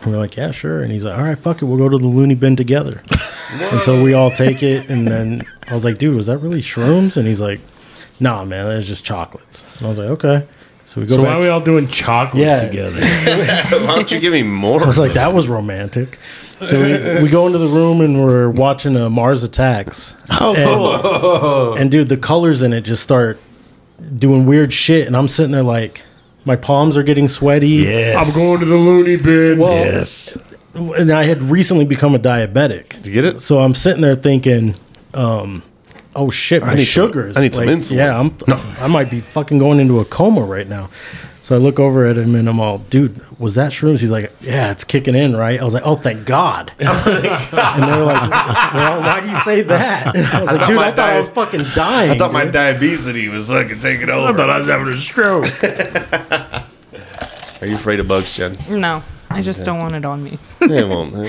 And we're like, "Yeah, sure." And he's like, "All right, fuck it. We'll go to the loony bin together." and so we all take it and then I was like, "Dude, was that really shrooms?" And he's like, "Nah, man, that's just chocolates." And I was like, "Okay." So we go So back why are we all doing chocolate Yeah. together? Why don't you give me more? I was like, that was romantic. So we, we go into the room and we're watching a Mars Attacks. Oh, and, and dude, the colors in it just start doing weird shit, and I'm sitting there like, my palms are getting sweaty. I'm going to the loony bin. Well, yes. and I had recently become a diabetic. Did you get it? So I'm sitting there thinking, um, oh shit, my need some- sugars. I need some insulin. Yeah, I'm, I might be fucking going into a coma right now. So I look over at him and I'm all, dude, was that shrooms? He's like, yeah, it's kicking in, right? I was like, oh, thank God. and they're like, well, why do you say that? And I was like, dude, my I thought I was diet- fucking dying. I thought my dude." diabetes was fucking taking I over. thought I was having a stroke. Are you afraid of bugs, Jen? No, I just don't want it on me. yeah, well, uh,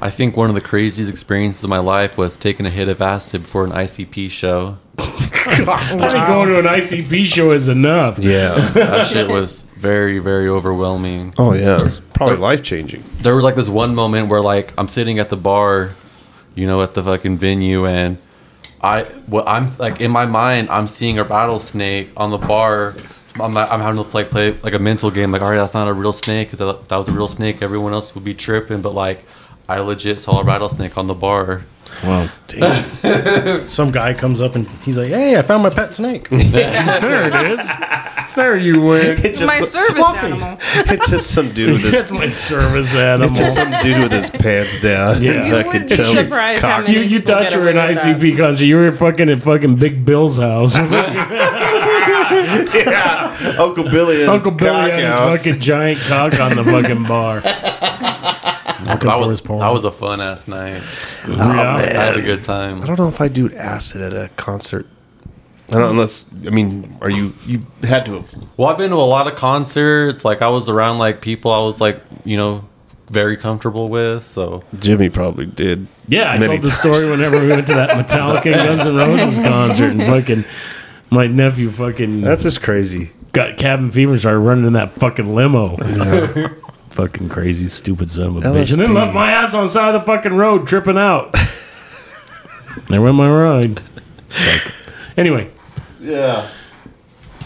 I think one of the craziest experiences of my life was taking a hit of acid before an ICP show. I think going to an ICP show is enough. yeah. That shit was very very overwhelming. Oh yeah. It's probably life changing. there was like this one moment where like I'm sitting at the bar, you know, at the fucking venue, and I, well, I'm like in my mind, I'm seeing a rattlesnake on the bar. I'm, not, I'm having to play play like a mental game, like all right, that's not a real snake. Because if that was a real snake, everyone else would be tripping. But like, I legit saw a rattlesnake on the bar. Wow. Some guy comes up and he's like, hey, I found my pet snake. There it is. There you went. It's my just, service fluffy. animal. it's just some dude with That's his my service animal. it's just some dude with his pants down. Yeah. You Fucking would be chubby surprised how cock. many- You, you People thought get you were an away with that. ICP concert. You were fucking at fucking Big Bill's house. Yeah. Uncle Billy is Uncle Billy cock had out. Oh, his fucking giant cock on the fucking bar. Looking That for was his porn. that was a fun ass night. Yeah. I had a good time. I don't know if I do acid at a concert. I don't unless I mean, are you you had to have Well, I've been to a lot of concerts. Like I was around like people I was like you know very comfortable with. So Jimmy probably did. Yeah, I Many told the times. story whenever we went to that Metallica Guns N' Roses concert and fucking my nephew fucking That's just crazy. got cabin fever and started running in that fucking limo. fucking crazy, stupid son of a bitch. And LSD. then left my ass on the side of the fucking road tripping out. there went my ride. Fuck. Anyway, Yeah.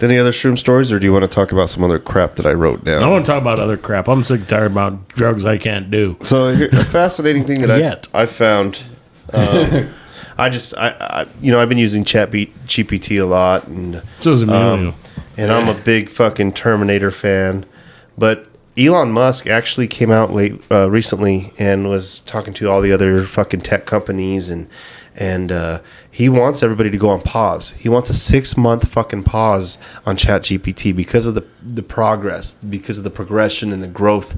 Any other shroom stories, or do you want to talk about some other crap that I wrote down? I want to talk about other crap. I'm sick and tired about drugs I can't do. So here- a fascinating thing that Yet. I I found, um, I just I, I you know I've been using ChatBeat GPT a lot, and So is Um, Emilio. and I'm a big fucking Terminator fan, but Elon Musk actually came out late uh, recently and was talking to all the other fucking tech companies and and uh, he wants everybody to go on pause. He wants a six month fucking pause on ChatGPT because of the the progress, because of the progression and the growth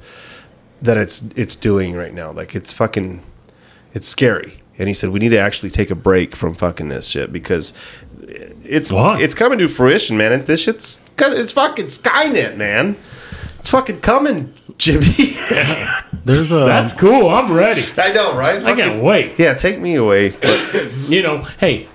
that it's it's doing right now. Like it's fucking it's scary. And he said we need to actually take a break from fucking this shit because it's Why? it's coming to fruition, man. It, this shit's it's fucking Skynet, man. It's fucking coming, Jimmy. There's a. That's cool. I'm ready. I know, right? I Fucking- can't wait. Yeah, take me away. Let's You know, hey,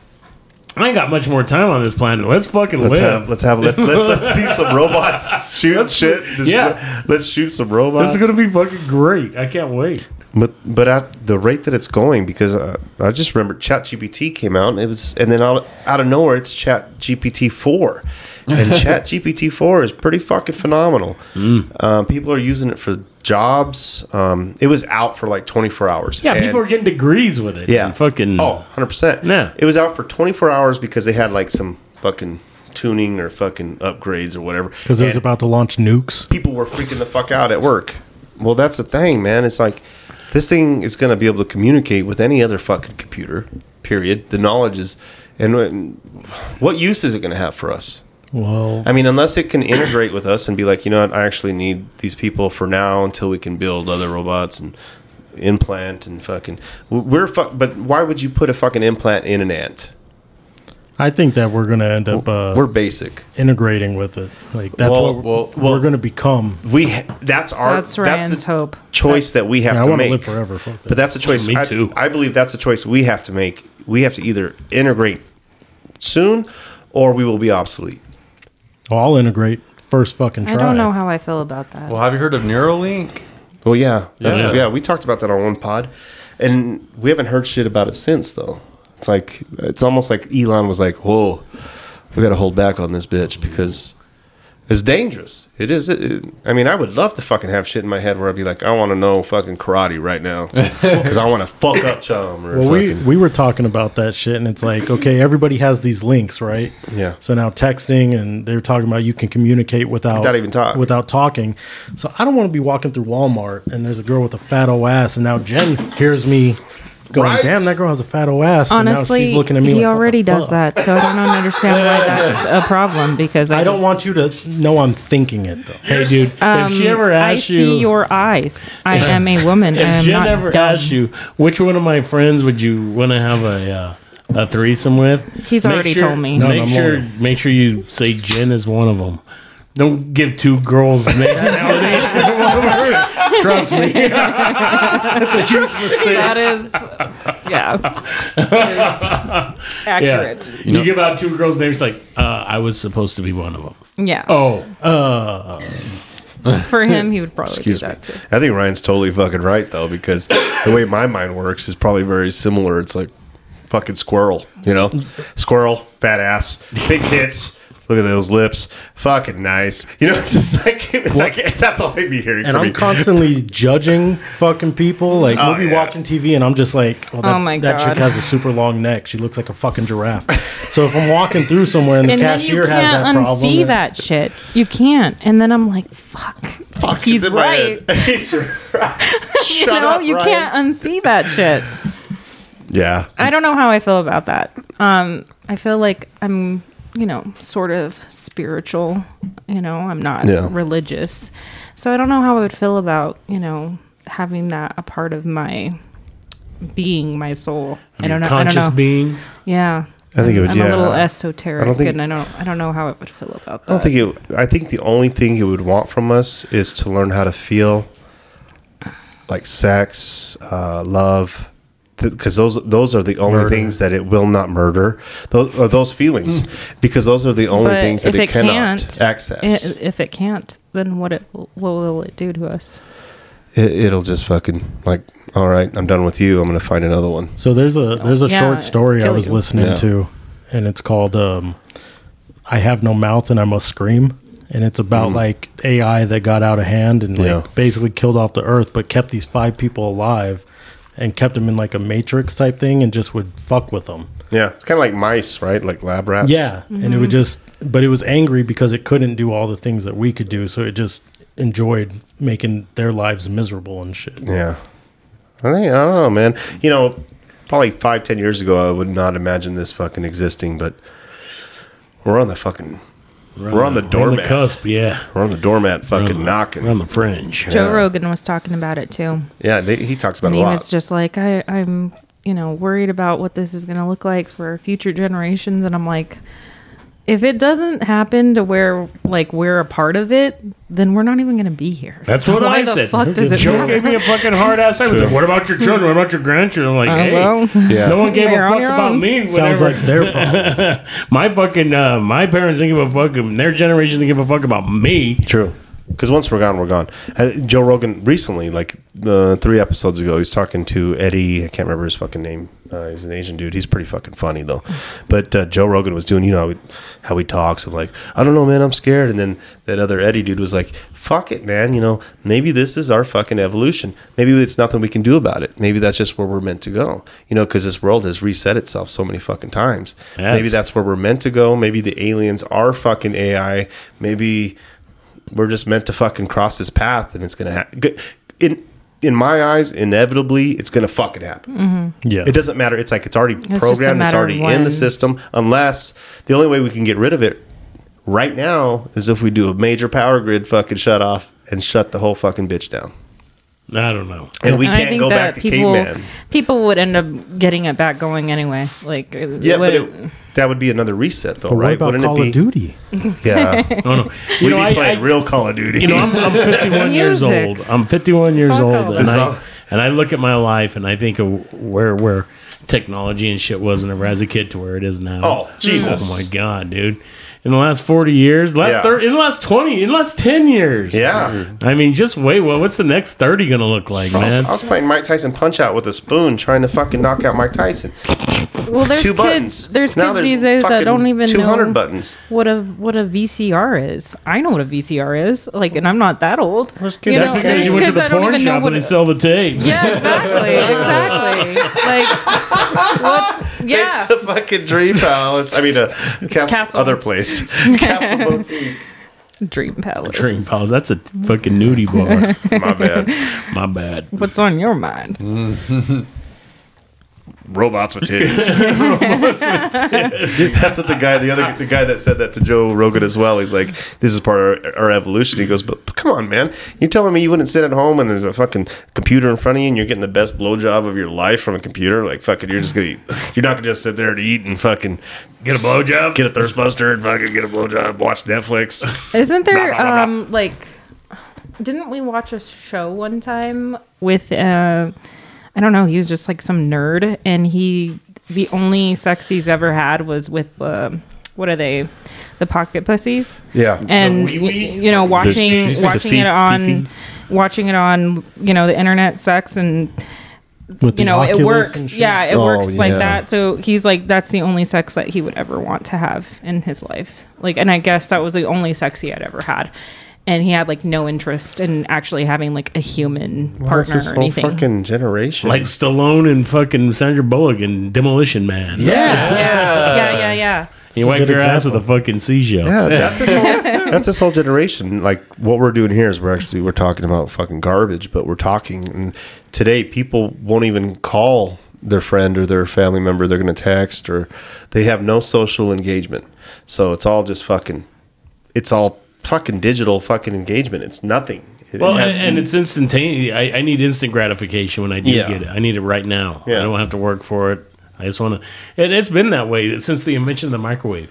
I ain't got much more time on this planet. Let's fucking live. have let's have let's let's, let's see some robots shoot shit. Just- yeah. let's shoot some robots. this is gonna be fucking great. I can't wait. But but at the rate that it's going, because uh, I just remember ChatGPT came out, and it was, and then out, out of nowhere, it's ChatGPT four, and ChatGPT four is pretty fucking phenomenal. Mm. Uh, people are using it for jobs. Um, it was out for like twenty four hours. Yeah, and- people are getting degrees with it. yeah and fucking. oh 100 percent. Yeah. it was out for twenty four hours because they had like some fucking tuning or fucking upgrades or whatever. Because it was And- about to launch nukes. people were freaking the fuck out at work. Well, that's the thing, man. It's like This thing is going to be able to communicate with any other fucking computer. Period. The knowledge is, and when- what use is it going to have for us? Well, I mean, unless it can integrate with us and be like, you know what, I actually need these people for now until we can build other robots and implant and fucking. We're fuck. But why would you put a fucking implant in an ant? I think that we're gonna end up uh, We're basic. integrating with it. Like that's Well, what well, we're well- gonna become. We. That's our. That's Ryan's the hope. Choice that we have Yeah, I to want to make. live forever. Fuck that. But that's a choice. Me I- too. I, believe that's a choice we have to make. We have to either integrate soon, or we will be obsolete. Oh, I'll integrate first fucking try. I don't know how I feel about that. Well, have you heard of Neuralink? Well, yeah, that's- Yeah. yeah. We talked about that on one pod, and we haven't heard shit about it since. Though it's like it's almost like Elon was like, "Whoa, we got to hold back on this bitch because it's dangerous." It is. It, it- I mean, I would love to fucking have shit in my head where I'd be like, "I want to know fucking karate right now because I want to fuck up chum." Or Well, we, fucking, we were talking about that shit, and it's like, okay, everybody has these links, right? Yeah. So now texting, and they're talking about you can communicate without Without even talk. without talking. So I don't want to be walking through Walmart, and there's a girl with a fat old ass, and now Jen hears me going, Right? "Damn, that girl has a fat old ass." and now Honestly, she's looking at me. he like, what the already does fuck? that, so I don't understand why that's a problem. Because I, I don't just- want you to know I'm thinking it though. Hey, dude, if she um, ever I asks you, see your eyes. I am a woman. I if am Jen not ever dumb. asks you, which one of my friends would you want to have a uh, a threesome with? He's make already sure- told me. No, Make no, I'm sure, loyal. make sure you say Jen is one of them. Don't give two girls names. nowadays. Trust me. that is, yeah, It is accurate. You, give out two girls' names, like uh, I was supposed to be one of them. Yeah, Oh, for him, he would probably Excuse do me. that too. I think Ryan's totally fucking right though, because the way my mind works is probably very similar. It's like fucking squirrel, you know, squirrel, fat ass, big tits. Look at those lips, fucking nice. You know, it's just like, like that's all I'd be hearing. And from I'm you. constantly judging fucking people. Like Oh, we'll be yeah. watching TV, and I'm just like, well, that, Oh my that chick God. has a super long neck. She looks like a fucking giraffe. so if I'm walking through somewhere and the And then you cashier has that can't problem, unsee then- that shit. You can't. And then I'm like, fuck. Fuck. It's He's in my right. head. He's right. You Shut know, up, oh, you Ryan. can't unsee that shit. Yeah, I don't know how I feel about that. Um, I feel like I'm, you know, sort of spiritual. You know, I'm not Yeah. religious, so I don't know how I would feel about you know having that a part of my being, my soul. I don't know. conscious I don't know. being. yeah. I think it would. I'm yeah. a little I esoteric, don't think- and I don't, I don't know how I would feel about that. I don't think it. I think the only thing it would want from us is to learn how to feel, like sex, uh, love, because those those are the only things that it will not murder. Those are those feelings, because those are the only But things that if Hmm. it, it cannot can't, access. I- if it can't, then what it, what will it do to us? It, it'll just fucking like, all right, I'm done with you. I'm gonna find another one. So there's a there's a Yeah, short story I kill was you. listening Yeah. to, and it's called um, "I Have No Mouth and I Must Scream," and it's about like AI that got out of hand and like Hmm. Yeah. basically killed off the Earth, but kept these five people alive, and kept them in like a matrix type thing, and just would fuck with them. Yeah, it's kind of like mice, right? Like lab rats. Yeah, and it would just, but it was angry because it couldn't do all the things that we could do, so it just enjoyed making their lives miserable and shit. Yeah. I think, I don't know, man. You know, probably five, ten years ago, I would not imagine this fucking existing, but we're on the fucking, we're on the on the doormat. cusp. Yeah, We're on the doormat We're on fucking the- knocking. We're on the fringe. Joe Rogan was talking about it too. yeah, they, he talks about and it a he lot. was just like I, i'm you know worried about what this is going to look like for future generations and i'm like if it doesn't happen to where like we're a part of it then we're not even going to be here That's So what why I the said. fuck does it Joe gave matter? me a fucking hard ass. I was like, "What about your children? What about your grandchildren?" I'm like, Uh, "Hey, well, yeah. no one gave a You're on fuck your about own. me." Whenever Sounds like their problem. my fucking uh, my parents didn't give a fuck. and Their generation didn't give a fuck about me. True. Because once we're gone, we're gone. Uh, Joe Rogan recently, like uh, three episodes ago, he's talking to Eddie. I can't remember his fucking name. Uh, he's an Asian dude. He's pretty fucking funny though. But uh, Joe Rogan was doing, you know, how he, how he talks and like, I don't know, man, I'm scared. And then that other Eddie dude was like, Fuck it, man. You know, maybe this is our fucking evolution. Maybe it's nothing we can do about it. Maybe that's just where we're meant to go. You know, because this world has reset itself so many fucking times. Yes. Maybe that's where we're meant to go. Maybe the aliens are fucking AI. Maybe we're just meant to fucking cross this path and it's gonna happen in in my eyes, inevitably, it's going to fucking happen. Yeah. It doesn't matter. It's like it's already Mm-hmm. just a programmed. It's matter of already in the when. system. Unless the only way we can get rid of it right now is if we do a major power grid fucking shut off and shut the whole fucking bitch down. I don't know. And we And I can't think go back to that people caveman. people would end up getting it back going anyway. Like it Yeah, but wouldn't- it, that would be another reset, though, But right? what about Wouldn't Call it be? of Duty? Yeah, I don't know. we'd You know, be I, playing I- real Call of Duty. you know, I'm, I'm 51 years Music. old. I'm 51 years Fuck old, off. and That's all. I and I look at my life and I think of where where technology and shit was never as a kid to where it is now. Oh, Jesus. Oh my god, dude! In the last 40 years, last Yeah. 30, in the last 20, in the last 10 years. yeah. I mean, just wait. Well, what's the next 30 gonna look like, I was, man? I was playing Mike Tyson Punch Out with a spoon, trying to fucking knock out Mike Tyson. well, there's Two kids. buttons. There's Now kids these days that fucking don't even 200 know buttons. what a what a VCR is. I know what a VCR is. Like, and I'm not that old. There's kids- That's because there's you kids that don't even know what and they it- sell the tapes. Yeah, exactly, exactly. like, what? It's Yeah, the fucking dream palace. I mean, uh, castle, Castle. other place. castle boutique. Dream Palace. Drink pause. That's a t- fucking nudie bar. My bad. My bad. What's on your mind? Robots with titties. That's what the guy, the other, the guy that said that to Joe Rogan as well. He's like, "This is part of our, our evolution." He goes, "But but come on, man, you're telling me you wouldn't sit at home and there's a fucking computer in front of you and you're getting the best blowjob of your life from a computer? Like, fucking, you're just gonna, eat. you're not gonna just sit there and eat and fucking get a blowjob, get a thirst buster, and fucking get a blowjob, watch Netflix." Isn't there um like didn't we watch a show one time with uh I don't know, he was just like some nerd and he the only sex he's ever had was with um what are they? The pocket pussies. Yeah, And wee y- wee? you know, watching the watching fee- it on fee-fee? watching it on, you know, the internet sex and With you know, it Oculus and works. shit. Yeah, it Oh, works like yeah. that. So he's like, that's the only sex that he would ever want to have in his life. Like, and I guess that was the only sex he had ever had. And he had like no interest in actually having like a human What's partner this or whole anything. fucking generation? Like Stallone and fucking Sandra Bullock and Demolition Man. yeah, yeah, yeah, yeah. You a wiped good your ass with example. a fucking seashell. Yeah, that's this whole that's this whole generation. Like what we're doing here is we're actually we're talking about fucking garbage, but we're talking and today people won't even call their friend or their family member. They're gonna text or they have no social engagement. So it's all just fucking it's all fucking digital fucking engagement. It's nothing. It Well, has- and, and it's instantaneous. I, I need instant gratification when I do Yeah. get it. I need it right now. Yeah. I don't have to work for it. I just want to. And it's been that way since the invention of the microwave.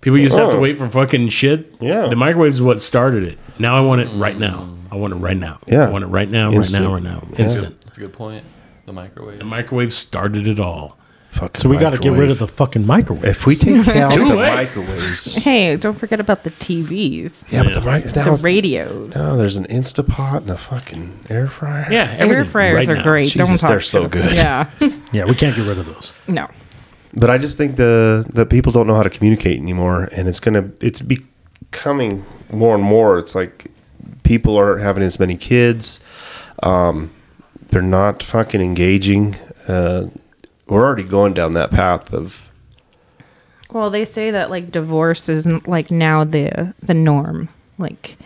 People used to have to Oh. wait for fucking shit. Yeah. The microwave is what started it. Now I want it right now. I want it right now. Yeah. I want it right now, Instant. right now, right now. Instant. That's a good point. The microwave. The microwave started it all. fucking So we got to get rid of the fucking microwave. if we take out Too the late. microwaves. Hey, don't forget about the TVs, Yeah, but the mic now the it's- radios. now there's an Instapot and a fucking air fryer. Yeah. Air everything fryers right are now. great. don't Jesus, talk they're so shit about- good. Yeah, Yeah, we can't get rid of those. no. but I just think the that people don't know how to communicate anymore, and it's gonna it's becoming more and more. It's like people aren't having as many kids. Um, they're not fucking engaging. Uh, we're already going down that path of Well, they say that like divorce is like now the the norm. Like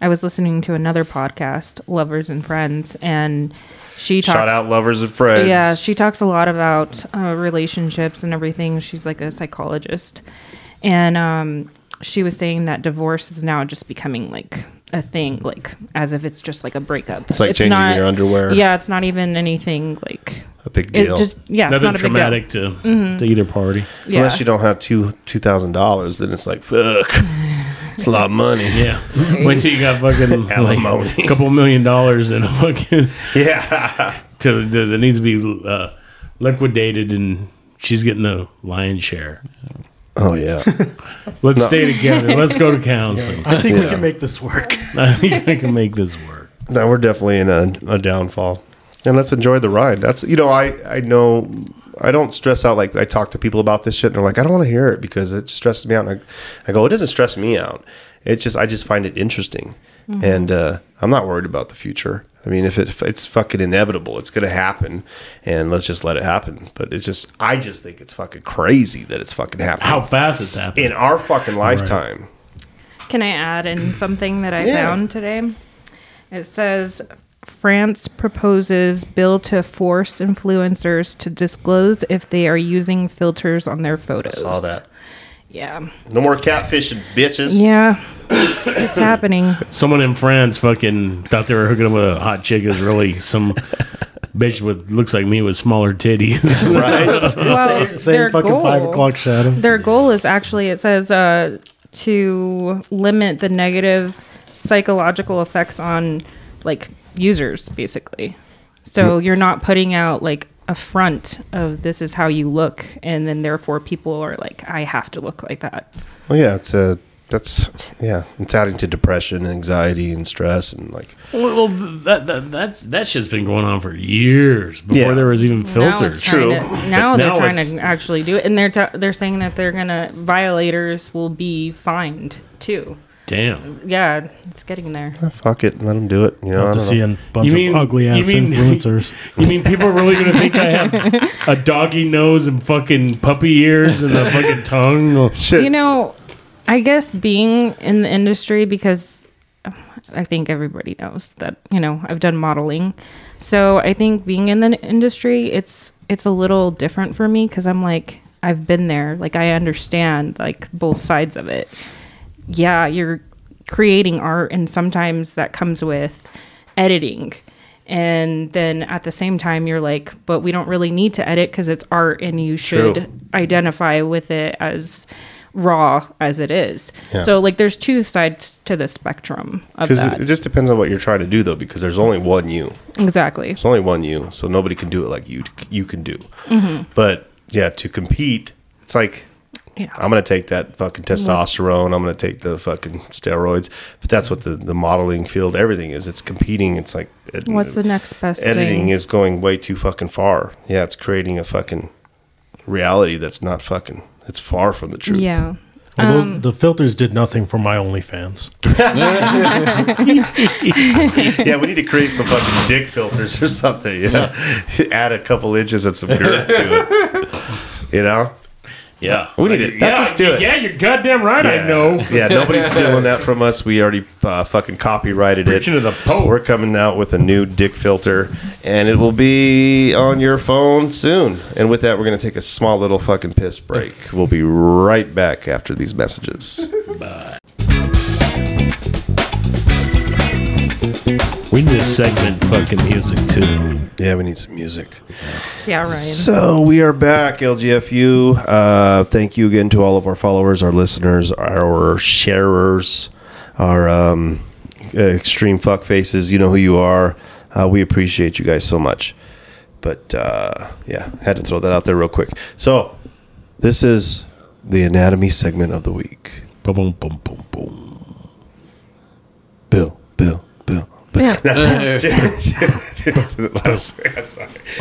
I was listening to another podcast, Lovers and Friends, and she talks shout out lovers and friends. yeah, she talks a lot about uh, relationships and everything. She's like a psychologist, and um, she was saying that divorce is now just becoming like a thing, like as if it's just like a breakup. It's like changing your underwear. Yeah, it's not even anything like a big it deal. just yeah, it's Nothing not a big deal. Mm-hmm. traumatic to, to either party. Yeah. Unless you don't have two two thousand dollars, then it's like fuck. It's a lot of money. Yeah. Wait till you got fucking Alimony. like a couple million dollars in a fucking Yeah, to the, that needs to be uh, liquidated, and she's getting the lion's share. oh yeah. Let's stay together. Let's go to counseling. I think we can make this work. I think I can make this work. No, we're definitely in a, a downfall. And let's enjoy the ride. That's you know, I I know I don't stress out like I talk to people about this shit and they're like, I don't want to hear it because it stresses me out. And I, I go, it doesn't stress me out. It just I just find it interesting, and uh, I'm not worried about the future. I mean, if, it, if it's fucking inevitable, it's gonna happen, and let's just let it happen. But it's just I just think it's fucking crazy that it's fucking happening How fast it's happening. in our fucking lifetime. Can I add in something that I Yeah. found today? It says France proposes bill to force influencers to disclose if they are using filters on their photos. Saw that. Yeah. No more catfishing, bitches. Yeah. It's, it's happening. Someone in France fucking thought they were hooking up with a hot chick. It was really some bitch with looks like me with smaller titties. Well, their Same fucking goal- five o'clock shadow. Their goal is actually, it says, uh, to limit the negative psychological effects on like users, basically. So you're not putting out like a front of this is how you look, and then therefore people are like, I have to look like that. Well, yeah, it's a that's yeah, it's adding to depression, and anxiety, and stress, and like well, well, that, that that that shit's been going on for years before Yeah. there was even Now, it's filters. trying True. to- now But they're now trying it's- to actually do it, and they're ta they're saying that they're gonna violators will be fined too. Damn. Yeah, it's getting there. ah, fuck it, let them do it. You know, I to don't know. see a bunch You mean- of ugly ass you mean- influencers. You mean people are really gonna think I have a doggy nose and fucking puppy ears and a fucking tongue? Well, Shit. You know, I guess being in the industry because um, I think everybody knows that you know I've done modeling, so I think being in the industry it's it's a little different for me because I'm like I've been there, like I understand like both sides of it. Yeah, you're creating art, and sometimes that comes with editing. And then at the same time, you're like, but we don't really need to edit because it's art and you should True. identify with it as raw as it is. So, like, there's two sides to the spectrum of because that. it, it just depends on what you're trying to do, though. Because there's only one you. exactly. There's only one you, so nobody can do it like you you can do. Mm-hmm. But yeah, to compete, it's like Yeah. I'm gonna take that fucking testosterone. I'm gonna take the fucking steroids. But that's what the the modeling field, everything is. It's competing. It's like it- What's the next best editing thing? is going way too fucking far. Yeah, it's creating a fucking reality that's not fucking. It's far from the truth. yeah. Although Um, the filters did nothing for my OnlyFans. yeah. We need to create some fucking dick filters or something. You know, add a couple inches and some girth to it. You know. Yeah. We need it. That's- yeah, let's do it. Yeah, you're goddamn right. I know. Yeah, nobody's stealing that from us. We already uh, fucking copyrighted it. Preaching to the Pope. We're coming out with a new dick filter, and it will be on your phone soon. And with that, we're going to take a small little fucking piss break. We'll be right back after these messages. We need to segment fucking music too. Yeah, we need some music. Yeah, Ryan. So we are back, LGFU. Uh, thank you again to all of our followers, our listeners, our sharers, our um, extreme fuck faces. You know who you are. Uh, we appreciate you guys so much. But uh, yeah, had to throw that out there real quick. So this is the anatomy segment of the week. Boom, boom, boom, boom, boom. Bill, Bill, Bill. Yeah. My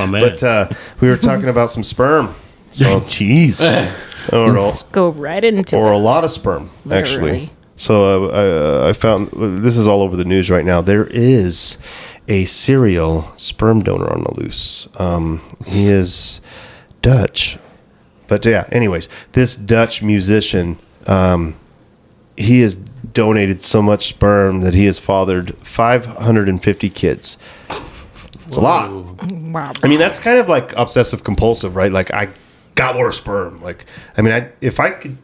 man. But uh, oh, we were talking about some sperm. So Jeez. I don't know. Let's go right into or it. a lot of sperm actually Literally. so uh, I, I found this is all over the news right now there is a serial sperm donor on the loose um, he is dutch but yeah anyways this dutch musician um, he has donated so much sperm that he has fathered 550 kids it's a lot Wow. I mean, that's kind of like obsessive compulsive, right? Like I got more sperm. Like I mean, I if I could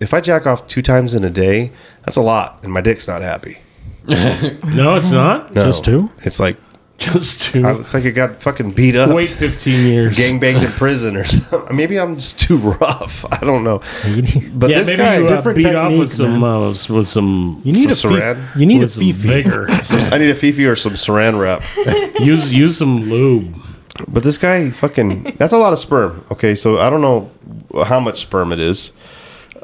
if I jack off two times in a day, that's a lot, and my dick's not happy. No, it's not. No. Just two? It's like Just I- two. it's like it got fucking beat up, Wait 15 years. gang banged in prison or something. Maybe I'm just too rough. I don't know. But yeah, this maybe guy, you uh, different beat off technique, with some, uh, s- with some. You need a Some fee- Saran? You need a with some fifi. vigor. I need a fifi or some Saran wrap. use use some lube. But this guy fucking that's a lot of sperm. Okay, so I don't know how much sperm it is.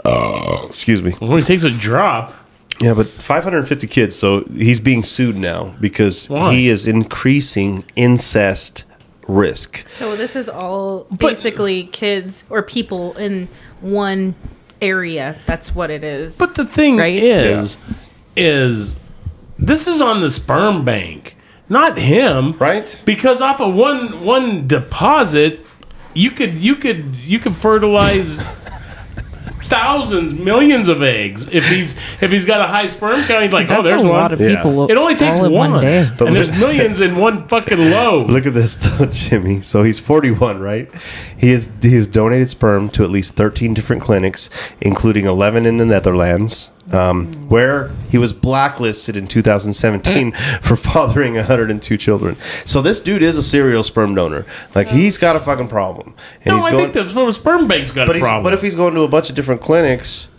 Uh, excuse me. It only takes a drop. Yeah, but 550 kids. So he's being sued now because Why? he is increasing incest risk. So this is all basically kids or people in one area. That's what it is. But the thing Right? is, is this is on the sperm bank, not him, Right. Because off of one one deposit, you could you could you could fertilize thousands, millions of eggs. If he's if he's got a high sperm count, he's like, oh, there's a one. lot of Yeah. people. it only takes all in one, day. and there's millions in one fucking load. Look at this though, Jimmy. So he's 41, right? He has he has donated sperm to at least 13 different clinics, including 11 in the Netherlands, um, where he was blacklisted in 2017 for fathering 102 children. So this dude is a serial sperm donor. Like he's got a fucking problem, and no, he's I going. think that's what sperm bank's got but, a he's, problem. but if he's going to a bunch of different clinics,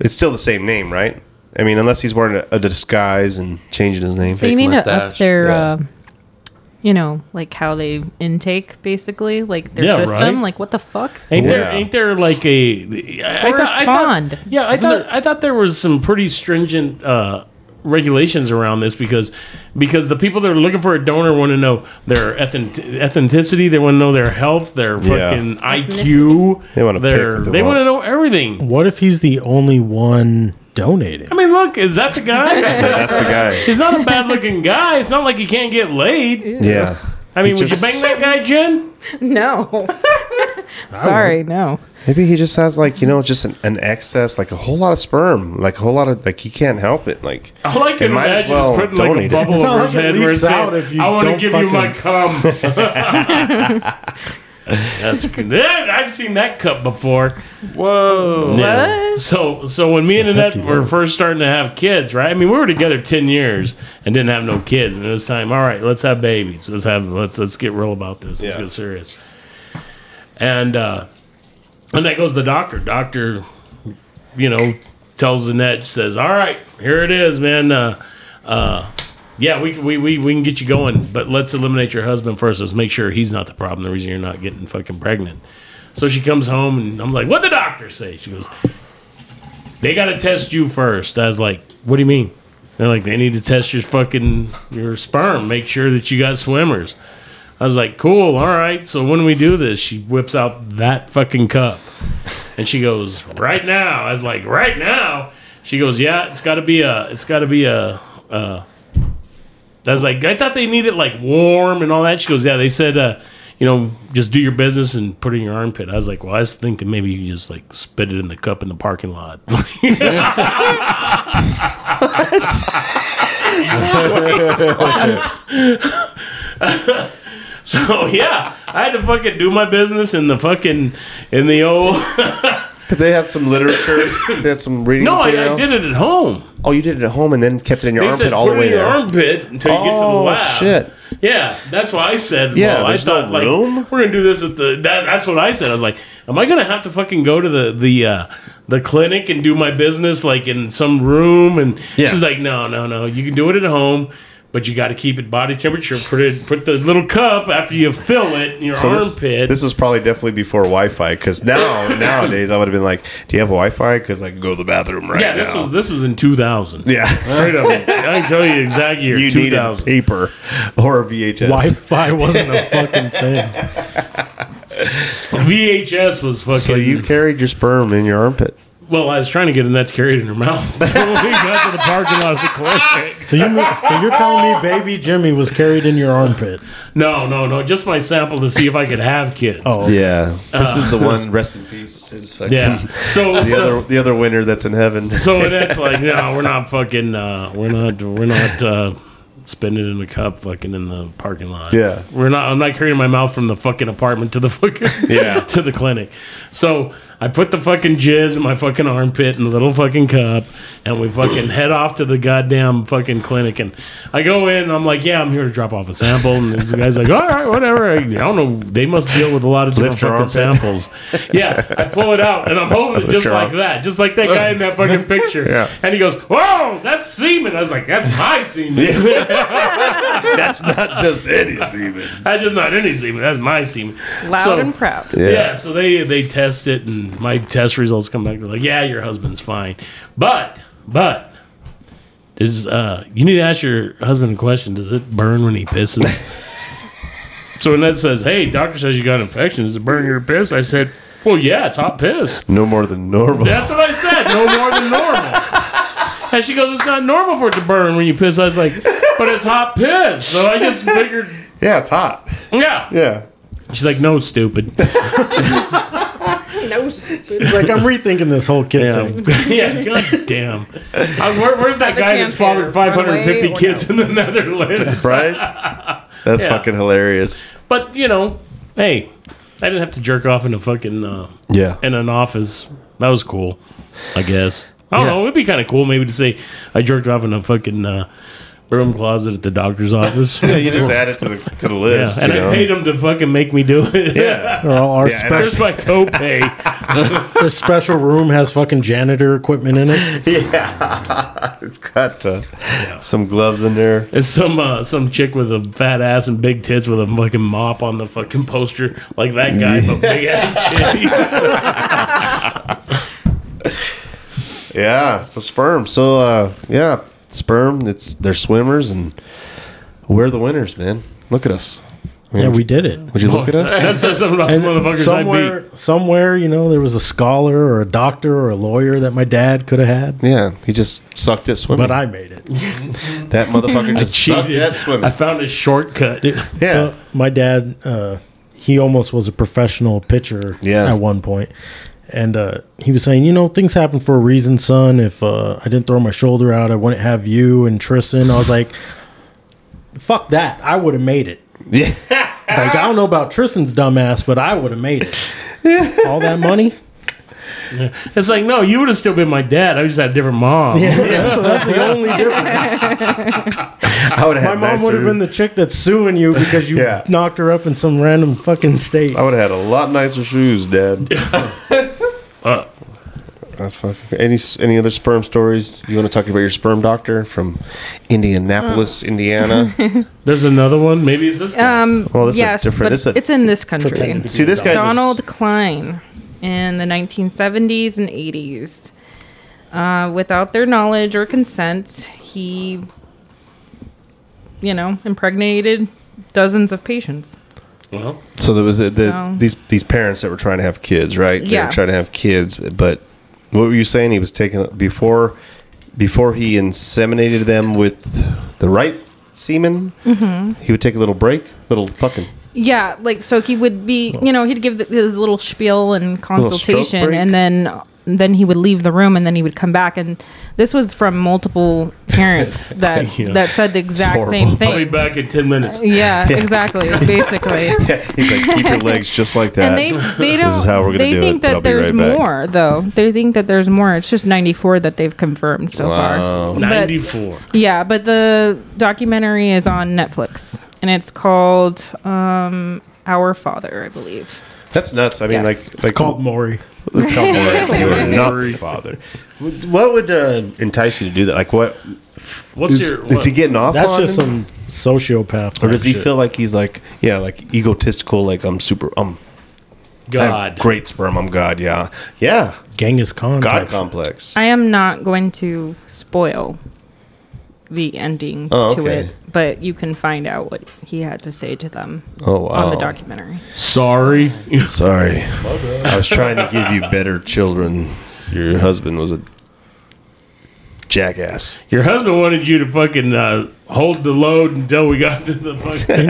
it's still the same name, right? I mean, unless he's wearing a, a disguise and changing his name. They fake need to up mustache, their, yeah. uh, you know, like how they intake, basically, like their Yeah, system. right. Like what the fuck? Ain't there Yeah. ain't there like a I, I Or thought, I thought spawned. yeah I thought I thought there was some pretty stringent uh, regulations around this because because the people that are looking for a donor want to know their ethnic, ethnicity they want to know their health their Yeah. fucking IQ They wanna pick their what they they want. want to know everything. What if he's the only one donating? I mean, look, is that the guy? That's the guy. He's not a bad looking guy. It's not like he can't get laid. Yeah. I mean, would just- you bang that guy, Jen? No. Sorry, no. Maybe he just has like you know just an, an excess, like a whole lot of sperm, like a whole lot of like he can't help it. Like All I can They might as imagine well is putting like a donate it. bubble It's not over like his it head where it leaks said, out if you "I want to don't give you my fucking- cum." That's good. That- I've seen that cup before. Whoa. Yeah. So so when me and Annette were first starting to have kids, right? I mean, we were together ten years and didn't have no kids, and it was time. All right, let's have babies. Let's have let's let's get real about this. Let's Yeah. get serious. And uh, and that goes the doctor. Doctor, you know, tells Annette says, "All right, here it is, man." Uh, yeah, we, we, we, we can get you going, but let's eliminate your husband first. Let's make sure he's not the problem, the reason you're not getting fucking pregnant. So she comes home and I'm like, what'd the doctor say? She goes, they got to test you first. I was like, what do you mean? They're like, they need to test your fucking your sperm, make sure that you got swimmers. I was like, cool, all right. So when we do this, she whips out that fucking cup. And she goes, "Right now." I was like, "Right now." She goes, "Yeah, it's got to be a. It's got to be a." Uh, I was like, "I thought they needed like warm and all that." She goes, "Yeah, they said, uh, you know, just do your business and put it in your armpit." I was like, "Well, I was thinking maybe you just like spit it in the cup in the parking lot." so yeah, I had to fucking do my business in the fucking in the old. But they have some literature. they had some reading No, I, material. I did it at home. Oh, you did it at home and then kept it in your They armpit said all the put it way in your there. armpit until you get to the Oh, lab. shit. Yeah, that's why I said. Yeah, well, I there's no thought like room? we're gonna do this at the. That, that's what I said. I was like, am I gonna have to fucking go to the the uh, the clinic and do my business like in some room? And Yeah. she's like, no, no, no. You can do it at home. But you got to keep it body temperature. Put it, put the little cup after you fill it in your So this, armpit. this was probably definitely before Wi-Fi, because now nowadays I would have been like, "Do you have Wi-Fi? Because I can go to the bathroom right yeah, this now." was this was in 2000. yeah, Straight up, I can tell you exactly year you needed 2000. paper or a VHS. Wi-Fi wasn't a fucking thing. VHS was fucking. So you carried your sperm in your armpit. Well, I was trying to get Annette to carry it in her mouth. we got to the parking lot of the clinic. So you so you're telling me baby Jimmy was carried in your armpit? No, no, no. Just my sample to see if I could have kids. Oh, Yeah, this is the one. Rest in peace. Is fucking Uh. yeah. So, The so, other, the other winner that's in heaven. so Annette's like, no, we're not fucking, uh, we're not, we're not uh, spending in the cup, fucking in the parking lot. Yeah. we're not. I'm not carrying my mouth from the fucking apartment to the fucking Yeah. to the clinic. So I put the fucking jizz in my fucking armpit in the little fucking cup, and we fucking head off to the goddamn fucking clinic. And I go in, and I'm like, yeah, I'm here to drop off a sample. And the guy's like, all right, whatever. I, I don't know. They must deal with a lot of different Lift your fucking samples. Yeah, I pull it out, and I'm holding it just your like arm. that, just like that guy in that fucking picture. Yeah. And he goes, whoa, that's semen. I was like, that's my semen. That's not just any semen. that's just not any semen. That's my semen. Loud So- and proud. Yeah. yeah. so they they test it, and my test results come back. They're like, "Yeah, your husband's fine," but but does uh, you need to ask your husband a question? Does it burn when he pisses? so Annette says, "Hey, doctor says you got an infection. Does it burn your piss?" I said, "Well, yeah, it's hot piss." No more than normal. That's what I said. No more than normal. And she goes, "It's not normal for it to burn when you piss." I was like, "But it's hot piss." So I just figured, Yeah, it's hot. yeah, Yeah. She's like, no, stupid. No, stupid. He's like, I'm rethinking this whole kid Damn. thing. yeah, god damn. Uh, where, where's that Have a guy chance that's fathered here. 550 Runaway or kids in the Netherlands? Right? That's Yeah. fucking hilarious. But, you know, hey, I didn't have to jerk off in a fucking, uh, Yeah. in an office. That was cool, I guess. I don't Yeah. know. It'd be kind of cool maybe to say I jerked off in a fucking uh, room closet at the doctor's office. yeah, you just add it to the to the Yeah, list. and you I know? paid him to fucking make me do it. Yeah. Or all our Yeah, and I- There's special, my copay. the special room has fucking janitor equipment in it. It's got uh, some gloves in there. It's some uh, some chick with a fat ass and big tits with a fucking mop on the fucking poster, like that guy, but big ass titties. Yeah, so sperm. So uh, yeah, sperm. It's they're swimmers, and we're the winners, man. Look at us. Yeah, we did it. Would you look at us? that says something about the And motherfuckers I beat. somewhere, somewhere, you know, there was a scholar or a doctor or a lawyer that my dad could have had, Yeah, he just sucked at swimming. but I made it. that motherfucker just sucked Cheated. at swimming. I found a shortcut. yeah, So my dad, uh, he almost was a professional pitcher Yeah. at one point, and uh, he was saying, you know, things happen for a reason, son. If uh, I didn't throw my shoulder out, I wouldn't have you and Tristan. I was like, fuck that, I would have made it. yeah. Like I don't know about Tristan's dumbass, but I would have made it. All that money. It's like, no, you would have still been my dad. I just had a different mom. Yeah, so that's the only difference. I would My have. mom would have been the chick that's suing you because you Yeah. knocked her up in some random fucking state. I would have had a lot nicer shoes, Dad. That's fucking. Any any other sperm stories you want to talk about your sperm doctor from Indianapolis, Indiana? There's another one. Maybe it's this one. Um, Well, this is a yes, different- but this is a- it's in this country. See, this guy's a s- Donald Klein in the 1970s and 80s. Uh, without their knowledge or consent, he, you know, impregnated dozens of patients. well, So there was the, the, So- these these parents that were trying to have kids, right? They Yeah. were trying to have kids, but what were you saying? He was taking before before he inseminated them with the right semen. Mm-hmm. He would take a little break, little fucking Yeah, like so he would be, you know, he'd give the, his little spiel and stroke consultation, break. and then then he would leave the room, and then he would come back, and this was from multiple parents that Yeah. that said the exact horrible. same I'll be thing. back in 10 minutes. Yeah, exactly, basically. He's like, keep your legs just like that. And they they don't. is how we're gonna they do think it, but that I'll be there's right back. more though. They think that there's more. It's just 94 that they've confirmed so Wow. far. But 94. yeah, but the documentary is on Netflix, and it's called um, Our Father, I believe. That's nuts. I mean, Yes. like, like Called Maury. It's called Maury. you are not the father. What would uh, entice you to do that? Like, what What's is, your. is he getting off? That's on just him? some sociopath. Or does he shit. feel like he's like, yeah, like egotistical? Like I'm super. I'm I have God. great sperm. I'm God. Yeah, yeah. Genghis Khan? God type shit. complex. I am not going to spoil the ending Oh, to okay. it, but you can find out what he had to say to them Oh wow. on the documentary. Sorry. Sorry, I was trying to give you better children. Your husband was a jackass. Your husband wanted you to fucking uh, hold the load until we got to the fucking.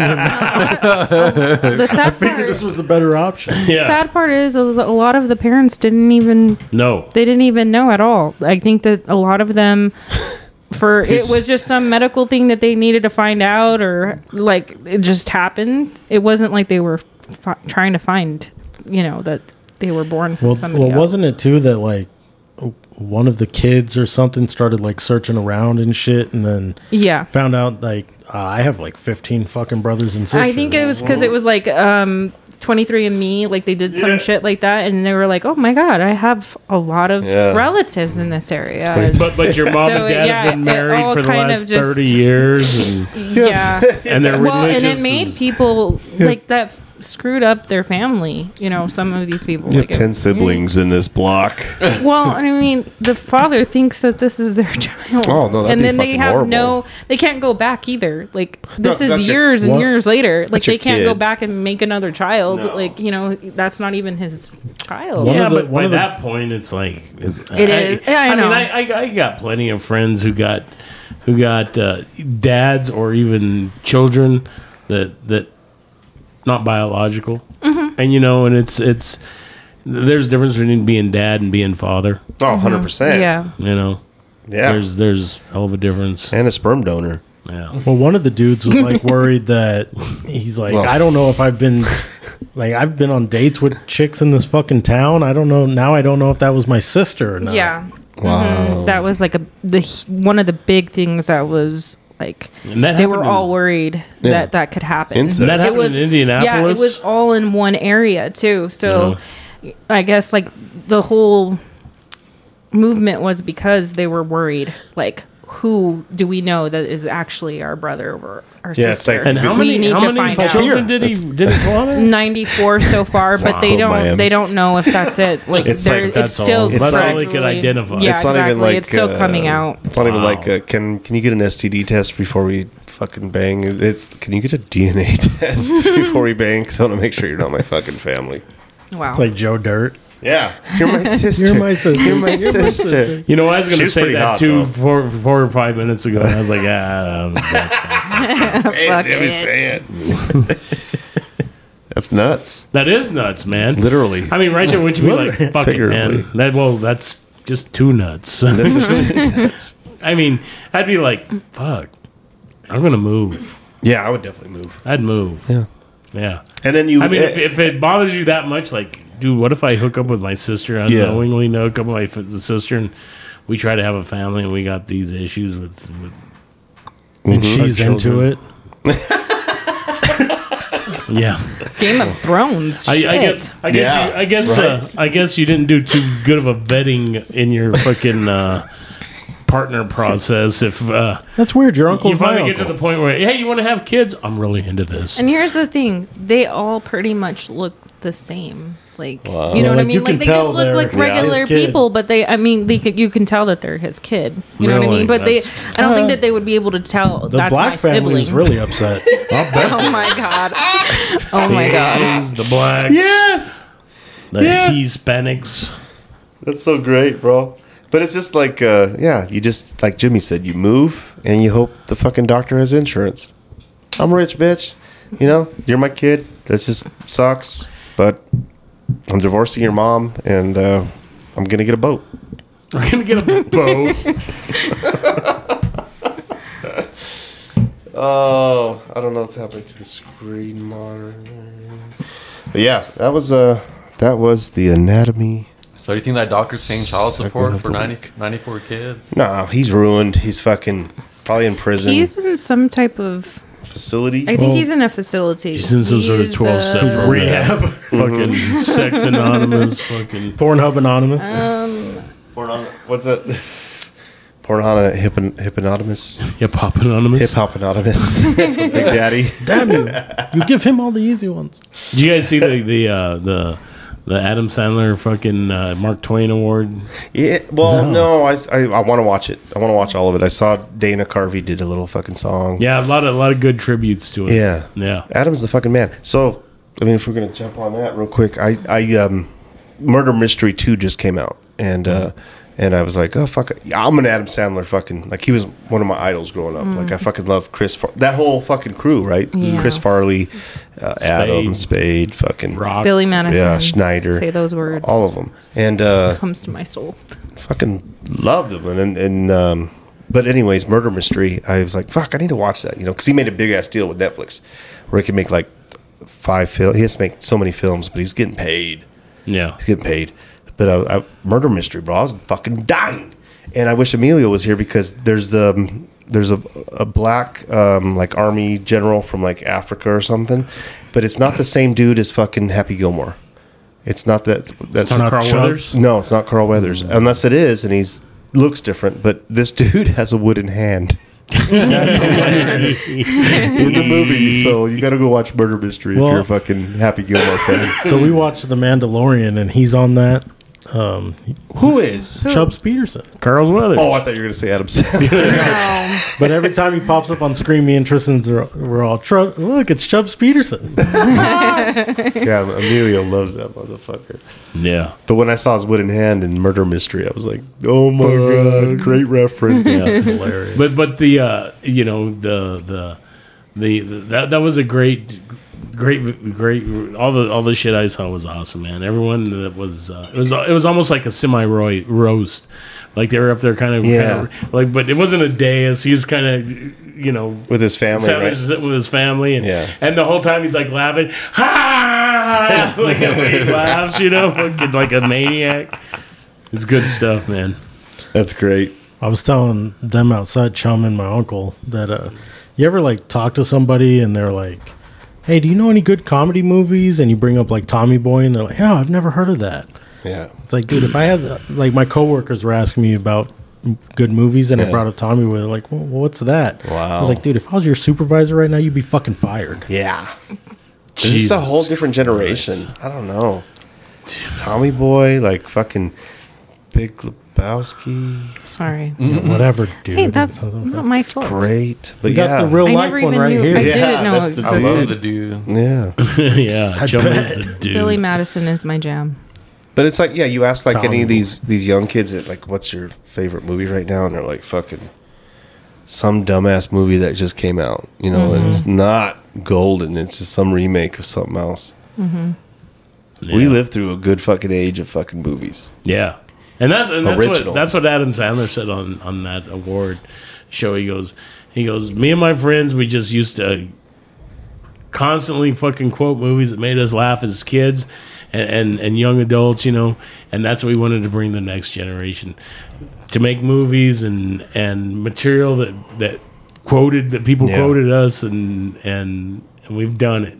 The sad Figured part, this was a better option. Yeah. sad part is a a lot of the parents didn't even No. they didn't even know at all. I think that a lot of them for it was just some medical thing that they needed to find out or like it just happened. It wasn't like they were fi- trying to find, you know, that they were born from Well, somebody well wasn't else. it too that like w- one of the kids or something started like searching around and shit, and then Yeah. found out like uh, I have like fifteen fucking brothers and sisters. I think it was because it was like um 23 and me like they did some shit like that and they were like oh my god i have a lot of Yeah. relatives in this area And- But but your mom So, and dad yeah, have been it married all for the kind last of just- thirty years, and, yeah and they're well religious. and it made as- people like that f- screwed up their family you know some of these people You have like it- ten siblings in this block. well and i mean the father thinks that this is their child Oh, no, that'd and be then they fucking have horrible. no they can't go back either like that's this is your- years What? and years later like your they can't go kid. back and make another child No. like you know that's not even his child One yeah, of the- but one by of the- that point, it's like it's, It is. Yeah, I know. mean, I, I, I got plenty of friends who got who got uh, dads or even children Mm-hmm. that that not biological, and you know, and it's it's there's a difference between being dad and being father. Oh, 100%. yeah. You know, Yeah. there's there's hell of a difference. and a sperm donor. Yeah. Well, one of the dudes was like worried that he's like, Well- I don't know if I've been like I've been on dates with chicks in this fucking town. I don't know now. I don't know if that was my sister or not. Yeah. Mhm. That was like a the h- one of the big things that was like And that they were happened in- all worried Yeah. that that could happen. Incest. And that It happened was- in Yeah, it Indianapolis. Uh-huh. was all in one area too. So I guess like the whole movement was because they were worried like who do we know that is actually our brother or our Yeah, it's sister? like- And how we many, need how to many find out. children did he did he father? 94 so far, but they like don't Miami. they don't know if that's it. Like It's it's, like- it's that's still all- that's all they could gradually- identify. Yeah, it's exactly. not even like it's still uh, coming out. It's not even Wow. like uh can can you get an STD test before we fucking bang? It's can you get a DNA test before we bang? 'Cause I want to make sure you're not my fucking family. Wow. It's like Joe Dirt. Yeah, you're my sister. You're my sister. You're my sister. You know, I was She going to was say pretty that hot, too though. four, four or five minutes ago. and I was like, ah, um, that's, Hey, Fuck Jimmy, it. say it. That's nuts. that is nuts, man. Literally. I mean, right there, would you be like, fuck it, Figuratively. man? That, well, that's just two nuts. That's just nuts. I mean, I'd be like, fuck, I'm going to move. Yeah, I would definitely move. I'd move. Yeah. Yeah. And then you. eh, I mean, if, if it bothers you that much, like, dude, what if I hook up with my sister unknowingly? No, hook up with my f- sister, and we try to have a family, and we got these issues with. with Mm-hmm. And she's Our into children. it. yeah, Game of Thrones. I, shit. I guess. I guess. Yeah, you, I guess. Uh, I guess you didn't do too good of a vetting in your fucking uh, partner process. If uh, That's weird. Your uncle's you my finally get to uncle. the point where, hey, you want to have kids? I'm really into this. And here's the thing: they all pretty much look the same. Like you Yeah, know what I like, you can mean? Like they tell just look they're like his regular kid. people, but they I mean they could, you can tell that they're his kid. You know what I Really? mean? But they That's- I don't think that they would be able to tell The that's my black family sibling. is really upset. oh my god. Oh my god. Asians, the blacks, yes, the yes. Hispanics. that's so great, bro. But it's just like, uh, yeah, you just like Jimmy said, you move and you hope the fucking doctor has insurance. I'm rich, bitch. You know, you're my kid. That just sucks. But I'm divorcing your mom, and uh, I'm gonna get a boat. We're gonna get a boat. Oh, I don't know what's happening to the screen monitor. But yeah, that was uh that was the anatomy. So do you think that doctor's paying child Second support of for the 90, 94 kids? Nah, he's ruined. He's fucking probably in prison He's in some type of. facility. I think he's in a facility. He's in some sort of He's, uh, twelve step rehab. fucking Sex Anonymous. Fucking Pornhub Anonymous. Uh. Porn- what's that? Pornhana hippon- hipponotamus. hip hop anonymous. Hip hop Big Daddy. Damn you! You give him all the easy ones. Did you guys see the the uh, the the Adam Sandler fucking uh, Mark Twain award? Yeah, well, no, I, want to watch it. I want to watch all of it. I saw Dana Carvey did a little fucking song. Yeah, a lot of a lot of good tributes to it. Yeah. yeah. Adam's the fucking man. So, I mean, if we're gonna jump on that real quick, I, I, um, Murder Mystery Two just came out, and uh, and I was like, oh fuck, it. I'm an Adam Sandler fucking like he was one of my idols growing up. Like I fucking love Chris, Far- that whole fucking crew, right? Mm. Yeah. Chris Farley, uh, Adam Spade, fucking Rock. Billy Madison. yeah, Schneider, Say those words. all of them, and uh, comes to my soul. fucking loved him. And, and, and um, but anyways, murder mystery. I was like, fuck, I need to watch that, you know, because he made a big ass deal with Netflix, where he can make like five film. He has to make so many films, but he's getting paid. Yeah. He's getting paid. But I, I, murder mystery, bro. I was fucking dying, and I wish Emilio was here because there's the um, there's a, a black um, like army general from like Africa or something, but it's not the same dude as fucking Happy Gilmore. It's not that. That's It's not Carl Trump. Weathers. Mm. no, it's not Carl Weathers, unless it is, and he's looks different. But this dude has a wooden hand in the movie, so you got to go watch Murder Mystery if Well- you're a fucking Happy Gilmore fan. So we watched The Mandalorian, and he's on that. Um, Who is? Chubbs Peterson. Carl's Weathers. Oh, I thought you were gonna say Adam Sandler. But every time he pops up on screen, me and Tristan's are, we're all Trump. Look, it's Chubbs Peterson. yeah, Emilio loves that motherfucker. yeah. But when I saw his wooden hand in Murder Mystery, I was like, oh my god, great reference. That's hilarious. But but the uh, you know the the the, the that that was a great great, great. All the all the shit I saw was awesome, man. Everyone that was uh, it was it was almost like a semi roast, like they were up there kind of, Yeah. kind of like, but it wasn't a dais. He was kind of you know with his family, Savage right? is with his family, and Yeah. and the whole time he's like laughing, ha! like he laughs, you know, fucking like a maniac. It's good stuff, man. That's great. I was telling them outside, Chum and my uncle, that uh, you ever like talk to somebody and they're like, "Hey, do you know any good comedy movies?" And you bring up like Tommy Boy, and they're like, "Yeah, I've never heard of that." Yeah. It's like, dude, if I had like my coworkers were asking me about m- good movies, and I Yeah. brought up Tommy Boy, they're like, well, "What's that?" I Wow. was like, dude, if I was your supervisor right now, you'd be fucking fired. Yeah. It's just a Jesus whole different generation. I don't know. Tommy Boy, like fucking Big Lebowski, Sorry. Mm. Whatever, dude. Hey, that's not my fault. great. But you yeah, got the real I life never one even right knew. here. I Yeah, didn't know that's it the I existed. love the dude. yeah. yeah, Chum is bet. the dude. Billy Madison is my jam. But it's like, yeah, you ask like any Tommy. of these these young kids that like, what's your favorite movie right now, and they're like, fucking some dumbass movie that just came out, you know, and it's Mm-hmm. not golden. It's just some remake of something else. Mm-hmm. yeah. We lived through a good fucking age of fucking movies. Yeah, and that and that's Original. what that's what Adam Sandler said on on that award show. He goes, he goes, me and my friends, we just used to constantly fucking quote movies that made us laugh as kids. And, and, and young adults, you know, and that's what we wanted to bring the next generation to make movies and and material that that quoted that people Yeah. quoted us and and and we've done it.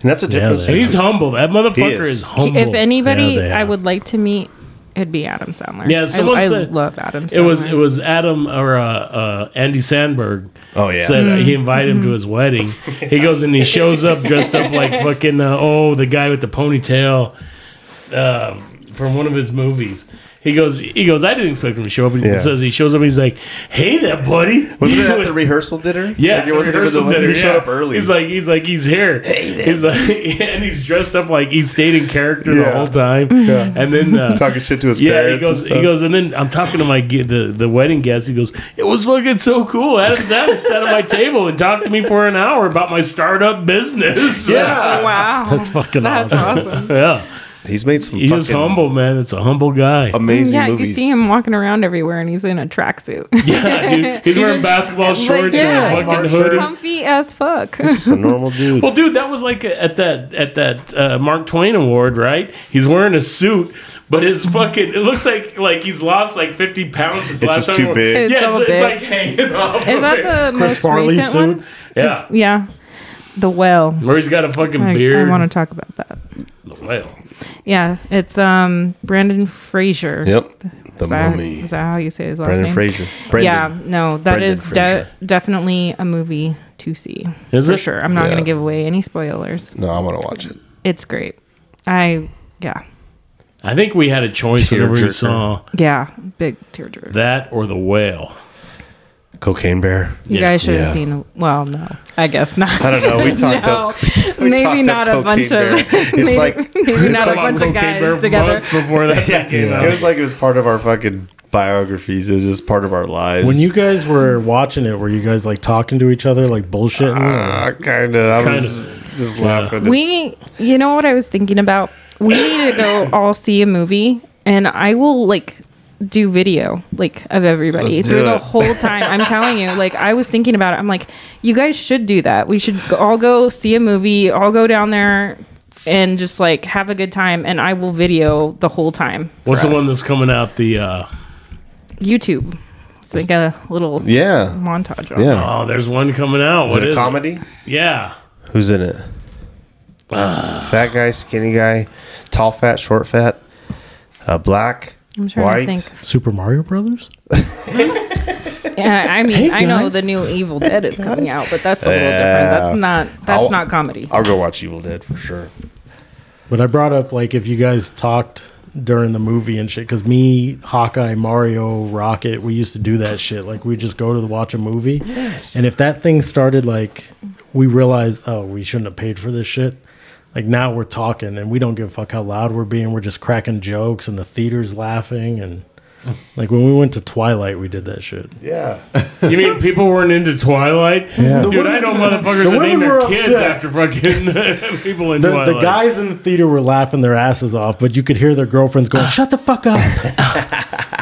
And that's a difference. And they- he's humble. That motherfucker is. is. humble. If anybody Yeah, they I are. would like to meet, it'd be Adam Sandler. Yeah, I- someone I, said- love Adam Sandler. It was it was Adam or uh, uh, Andy Sandberg. Oh, yeah. said uh, he invited him to his wedding. He goes and he shows up dressed up like fucking uh, oh the guy with the ponytail uh, from one of his movies. He goes he goes I didn't expect him to show up. He Yeah. says he shows up. He's like hey there buddy. Wasn't it at the rehearsal dinner? Yeah, Like, it the wasn't even rehearsal the one- dinner, He showed yeah. up early. He's like, he's like, he's here. he's like, and he's dressed up like he stayed in character the Yeah. whole time. And then uh, talking shit to his yeah, parents. he and goes. He stuff. goes, and then I'm talking to my ge- the the wedding guest. He goes, "It was fucking so cool." Adam Sandler sat at my table and talked to me for an hour about my startup business. Yeah, wow. That's fucking That's awesome. awesome. yeah. he's made some. He's just fucking Um, humble, man. It's a humble guy. amazing yeah, movies. you see him walking around everywhere, and he's in a tracksuit. yeah, dude. He's wearing basketball shorts yeah, and a fucking he's hoodie. comfy as fuck. Just a normal dude. Well, dude, that was like at that at that uh, Mark Twain award, right? He's wearing a suit, but his fucking it looks like like he's lost like fifty pounds. His last just time too he wa- big. It's Yeah, so so it's big. like hanging off. Is of that it. the Chris most Farley recent suit. one? yeah? Yeah, the whale. Where he's got a fucking I, beard. want to talk about that. The whale. Yeah, it's um Brandon Fraser. Yep, the Is that, mummy. is that how you say his last Brendan name? Fraser. Brendan. Yeah, no, that Brendan is de- Fraser. definitely a movie to see. Is for it? sure? I'm not Yeah. going to give away any spoilers. No, I want to watch it. It's great. I yeah I think we had a choice whenever we Tearjerker. saw yeah big tearjerker. that or the whale. Cocaine Bear. You Yeah. guys should have Yeah. seen. the- Well, no, I guess not. I don't know. We talked no, up. maybe talked not up a bunch Cocaine of Bear. It's maybe, like- maybe not a Saw bunch Cocaine of guys Bear together. months before that came out. It was like it was part of our fucking biographies. It was just part of our lives. When you guys were watching it, were you guys like talking to each other, like bullshitting? uh, kind of, I Kinda. was just laughing. We, you know what I was thinking about? We need to go all see a movie, and I will like do video like of everybody Let's through do the it. whole time. I'm telling you, like I was thinking about it. I'm like, you guys should do that. We should go- all go see a movie. All go down there and just like have a good time, and I will video the whole time. for What's the us. one that's coming out? The uh, YouTube? It's like a little yeah, montage. On. yeah. oh, there's one coming out. Is What it a is it? comedy? Yeah, Who's in it? Ah. fat guy, skinny guy, tall fat, short fat, uh, black, I'm trying white. to think. Super Mario Brothers? Yeah, I mean, I know guys. the new Evil Dead is coming out, but that's a little Yeah. different. That's not that's I'll- not comedy. I'll go watch Evil Dead for sure. But I brought up like if you guys talked during the movie and shit, because me, Hawkeye, Mario, Rocket, we used to do that shit. Like we just go to the, watch a movie, yes. and if that thing started like we realized, oh, we shouldn't have paid for this shit. Like now we're talking and we don't give a fuck how loud we're being. We're just cracking jokes and the theater's laughing and Like when we went to Twilight, we did that shit. Yeah. You mean people weren't into Twilight? Dude, I know motherfuckers the that women name their were kids upset. after fucking people in The, Twilight. the guys in the theater were laughing their asses off, but you could hear their girlfriends going, "Shut the fuck up!"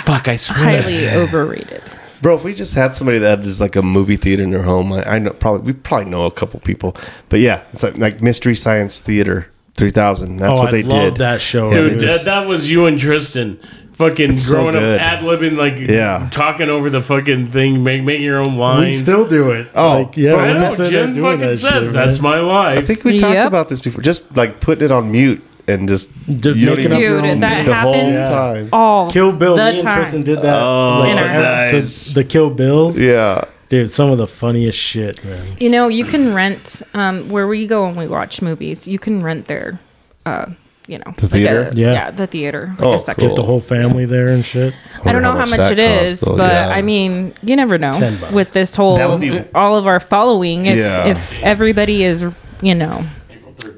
fuck, I swear. Highly overrated. Bro, if we just had somebody that is like a movie theater in their home, I, I know probably we probably know a couple people, but yeah, it's like, like Mystery Science Theater three thousand. That's oh, what I they love did. that show. Yeah, they Dude, just- that, that was you and Tristan fucking so growing good. up ad libbing, like Yeah. talking over the fucking thing, make, making your own we lines. still do it. Oh, like, yeah, bro, I women know, sit there Jen doing fucking that says shit, man. that's my life. I think we talked Yep. about this before. Just like putting it on mute and just Just you don't making even- up your own Dude, that the whole happens time. all Kill Bill. the me and time. Tristan did that. Oh, to In our every- to nice. The Kill Bills, Yeah. dude. Some of the funniest shit, man. You know, you can rent um, where we go when we watch movies. You you can rent their, uh, you know, the theater? Yeah. yeah. the theater, like Oh, a section. cool. The whole family there and shit. I don't know how much, it that costs, is, though, but yeah. I mean, you never know. 10 bucks. With this whole, That would be- all of our following, if, Yeah. if everybody is, you know,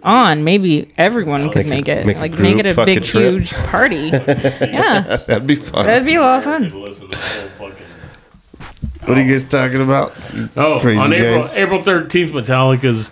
on, maybe everyone could Make make a- it make a like group make it a fucking big, trip. huge party. yeah, That'd be fun. that'd be a lot of fun. People listen to the whole fucking- what are you guys talking about? Oh, Crazy on April guys. April thirteenth, Metallica's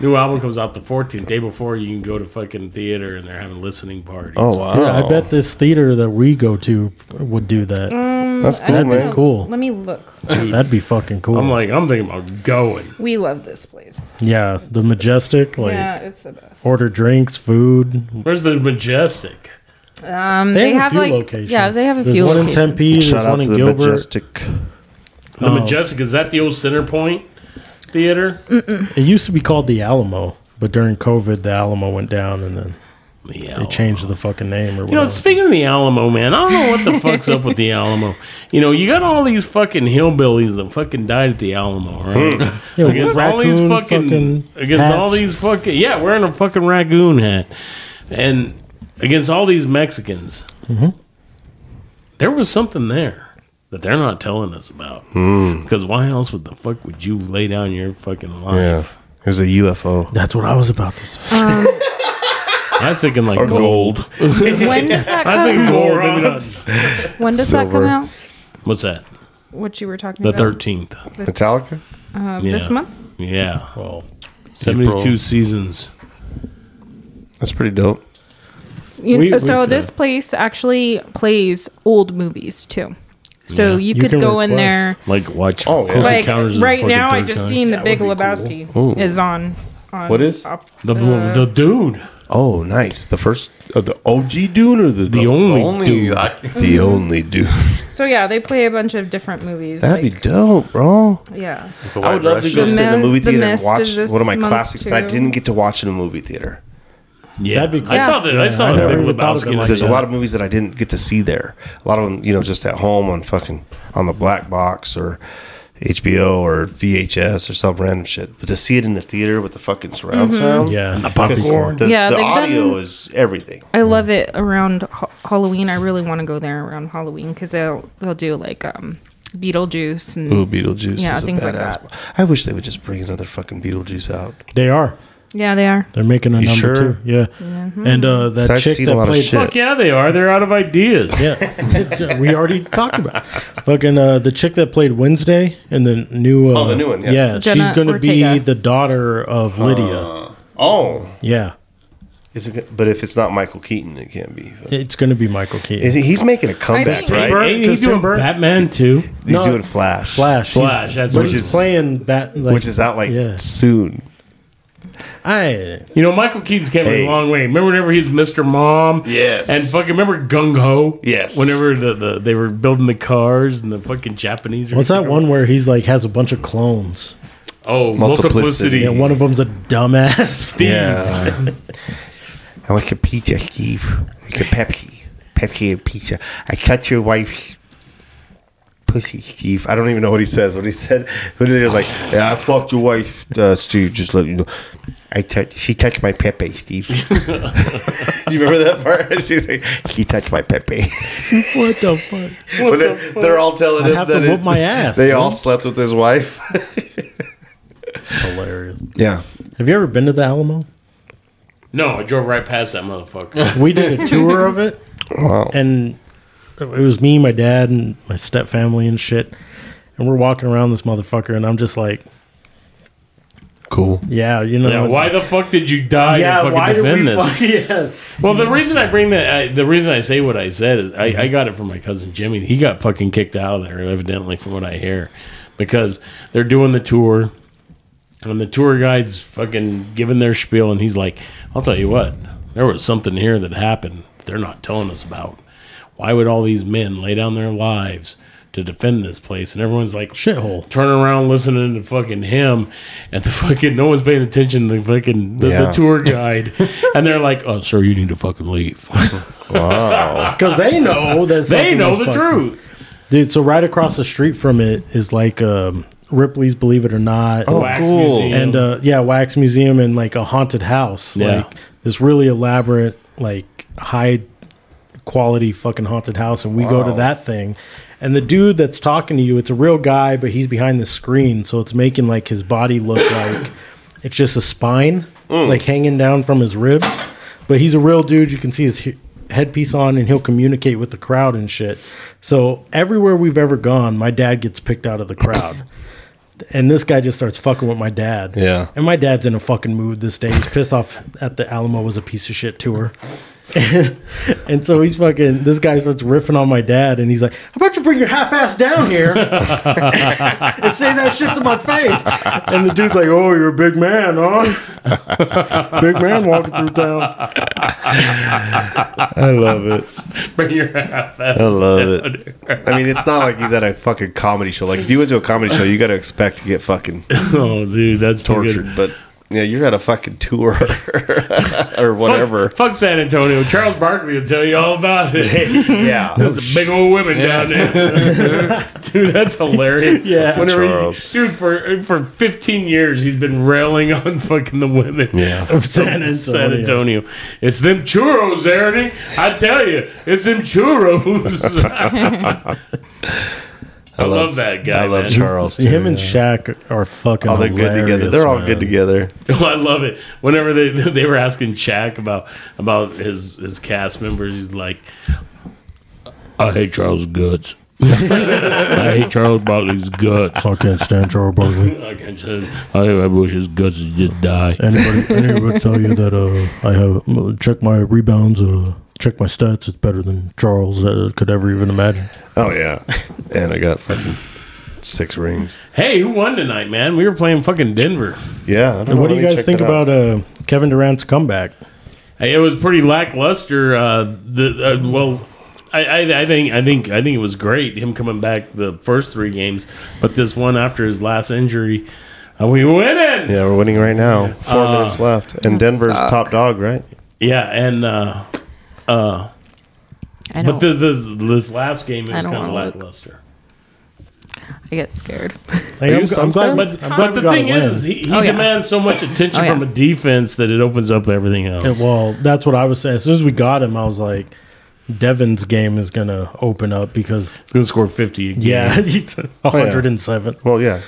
new album comes out the fourteenth. Day before, you can go to fucking theater and they're having listening parties. Oh wow. Yeah, I bet this theater that we go to would do that. Mm. that's I cool, don't man. know. Cool. Let me look. That'd be fucking cool. I'm like, I'm thinking about going. We love this place. yeah, the majestic, like yeah, it's the best. order drinks, food. Where's the majestic? Um, they, have, like yeah, they have a There's few. one locations. in Tempe. There's Shout out one to in the Gilbert. majestic. The Oh. majestic is that the old Center Point Theater? It used to be called the Alamo, but during COVID, the Alamo went down, and then Yeah. they changed the fucking name or You whatever. know, speaking of the Alamo, man, I don't know what the fuck's up with the Alamo. You know, you got all these fucking hillbillies that fucking died at the Alamo, Hmm. right? Yeah, against all these raccoon fucking, against all hats. these fucking yeah, wearing a fucking raccoon hat, and against all these Mexicans. There was something there that they're not telling us about. Hmm. Because why else would the fuck would you lay down your fucking Yeah. life? It was a UFO. That's what I was about to say. I was thinking like Or gold. gold. When does that I was come? thinking gold. maybe not- When does that Silver. come out? What's that? What you were talking The about? thirteenth. Metallica? Uh, Yeah. This month? Yeah. Well, 72 April. seasons. That's pretty dope. You- We- so we- this place actually plays old movies too. So You you could can go in request. there. Like, watch Oh, yeah. Close Like Encounters of the right Fucking now, I Third just Kind. seen the Big Lebowski is on. on What is? up- The, bl- uh, the dude. Oh, nice. The first, uh, the OG Dune or the The only, dude. I, the Mm-hmm. only Dune. so yeah, they play a bunch of different movies. That'd be like, dope, bro. yeah, I would love to go The sit in a Mist- movie The theater and Mist watch is this one of my month, classics that I too. didn't get to watch in a movie theater. Yeah. That'd be I cool. saw the, I Yeah, saw I the never Big even thought of it Lebowski. like There's There's a lot of movies that I didn't get to see there. A lot of them, you know, just at home on fucking on the black box or HBO or VHS or some random shit. But to see it in the theater with the fucking surround sound, yeah. a 'cause popcorn. The, Mm-hmm. Yeah, the they've audio done- is everything. I love it around ha- Halloween. I really want to go there around Halloween because they'll they'll do like um, Beetlejuice and Ooh, Beetlejuice. Yeah, is a things like badass- that. I wish they would just bring another fucking Beetlejuice out. They are. Yeah, they are. They're making a You number sure? two. Yeah. Mm-hmm. And uh, that I've chick seen a that lot of played. shit. Fuck yeah, they are. They're out of ideas. Yeah, we already talked about fucking uh, the chick that played Wednesday and the new. Uh, Oh, the new one, yeah. Uh. Jenna she's going to be Ortega. the daughter of Lydia. Oh, yeah, is it? good- But if it's not Michael Keaton, it can't be. it's going to be Michael Is Keaton. he, he's making a comeback, think- right? Burton, Hey, because he's Tim doing Burton- Batman too. He's No, doing Flash, Flash. he's- Flash, that's but what he's it is. playing bat, like, which is out like Yeah. soon. I You know, Michael Keaton's came Hey. a long way. Remember whenever he's Mr. Mom? Yes. And fucking remember Gung Ho? Yes. Whenever the, the they were building the cars and the fucking Japanese. or what's that whatever. one where he's like has a bunch of clones Oh, Multiplicity. multiplicity. and one of them's a dumbass. Steve. Yeah. I like a pizza, Steve. Like a Pepsi. Pepsi and pizza. I cut your wife's pussy, Steve. I don't even know what he says. What he said. What he was like, yeah, I fucked your wife, uh, Steve. Just let you know. I touch, she touched my Pepe, Steve. Do you remember that part? She's like, she touched my Pepe. what the fuck? When they- they're all telling I him have that to it- whoop my ass. They man. all slept with his wife. It's hilarious. Yeah. Have you ever been to the Alamo? No, I drove right past that motherfucker. We did a tour of it, Wow. and it was me, my dad, and my step family and shit. And we're walking around this motherfucker, and I'm just like, Cool. yeah, you know, Yeah, why the fuck did you die yeah, to fucking why defend did we this? fuck- yeah, Well, the reason I bring that, I, the reason I say what I said is I, I got it from my cousin Jimmy. He got fucking kicked out of there, evidently, from what I hear, because they're doing the tour, and the tour guide's fucking giving their spiel, and he's like, "I'll tell you what, there was something here that happened they're not telling us about. Why would all these men lay down their lives?" To defend this place, and everyone's like, Shithole. Turn around, listening to fucking him, and the fucking no one's paying attention. to The fucking the, Yeah. the tour guide, and they're like, "Oh, sir, you need to fucking leave." Wow. because they know that they something know was the fucked. truth. dude. So right across the street from it is like um, Ripley's Believe It or Not. Oh, Wax cool. museum. and uh, yeah, wax museum and like a haunted house, Yeah. like this really elaborate, like high quality fucking haunted house, and we go to that thing. And the dude that's talking to you, it's a real guy, but he's behind the screen, so it's making like his body look like it's just a spine, like hanging down from his ribs. But he's a real dude. You can see his he- headpiece on, and he'll communicate with the crowd and shit. So everywhere we've ever gone, my dad gets picked out of the crowd and this guy just starts fucking with my dad. Yeah. And my dad's in a fucking mood this day. He's pissed off at the Alamo was a piece of shit tour. And, and so he's fucking this guy starts riffing on my dad and he's like, How about you bring your half ass down here and say that shit to my face? And the dude's like, Oh, you're a big man, huh? big man walking through town. I love it. Bring your half I love it. I mean, it's not like he's at a fucking comedy show. Like if you went to a comedy show, you got to expect to get fucking Oh, dude, that's pretty tortured. good. But yeah, you're at a fucking tour or whatever. Fuck, fuck San Antonio. Charles Barkley will tell you all about it. yeah. Oh, There's a big old women down there, dude. That's hilarious. Yeah. Whenever he- Charles. dude, for for 15 years he's been railing on fucking the women. Yeah, Of San Antonio. San Antonio. It's them churros, Ernie. I tell you, it's them churros. I, love, that guy. I love man. Charles. Too. Him and Shaq are fucking oh, they're good together. They're all good together. Oh, I love it. Whenever they they were asking Shaq about about his his cast members, he's like, "I hate Charles Goods. I hate Charles Barkley's guts. I can't stand Charles Barkley. I can't stand. I, I wish his guts would just die." Anybody, anybody would tell you that uh, I have uh, check my rebounds, uh, check my stats. It's better than Charles uh, could ever even imagine. Oh yeah. and I got fucking six rings. Hey, who won tonight, man? We were playing fucking Denver. Yeah. I don't know. what do Let you me guys check think that out. about uh, Kevin Durant's comeback? Hey, It was pretty lackluster. Uh, the uh, well. I, I, I think I think I think it was great him coming back the first three games, but this one after his last injury, uh, we winning. Yeah, we're winning right now. Four minutes left, and Denver's top dog, right? Yeah, and uh, I but don't. the, the this last game it I was don't kind of wanna look. lackluster. I get scared. you Like, I'm, a I'm Suns glad, fan? But, I'm glad but we the got a thing win. is, is he, he Oh, yeah. demands so much attention Oh, yeah. from a defense that it opens up everything else. Yeah, well, that's what I was saying. As soon as we got him, I was like, Devin's game is gonna open up because Going to score fifty. Again. yeah, he took 107. Well, yeah.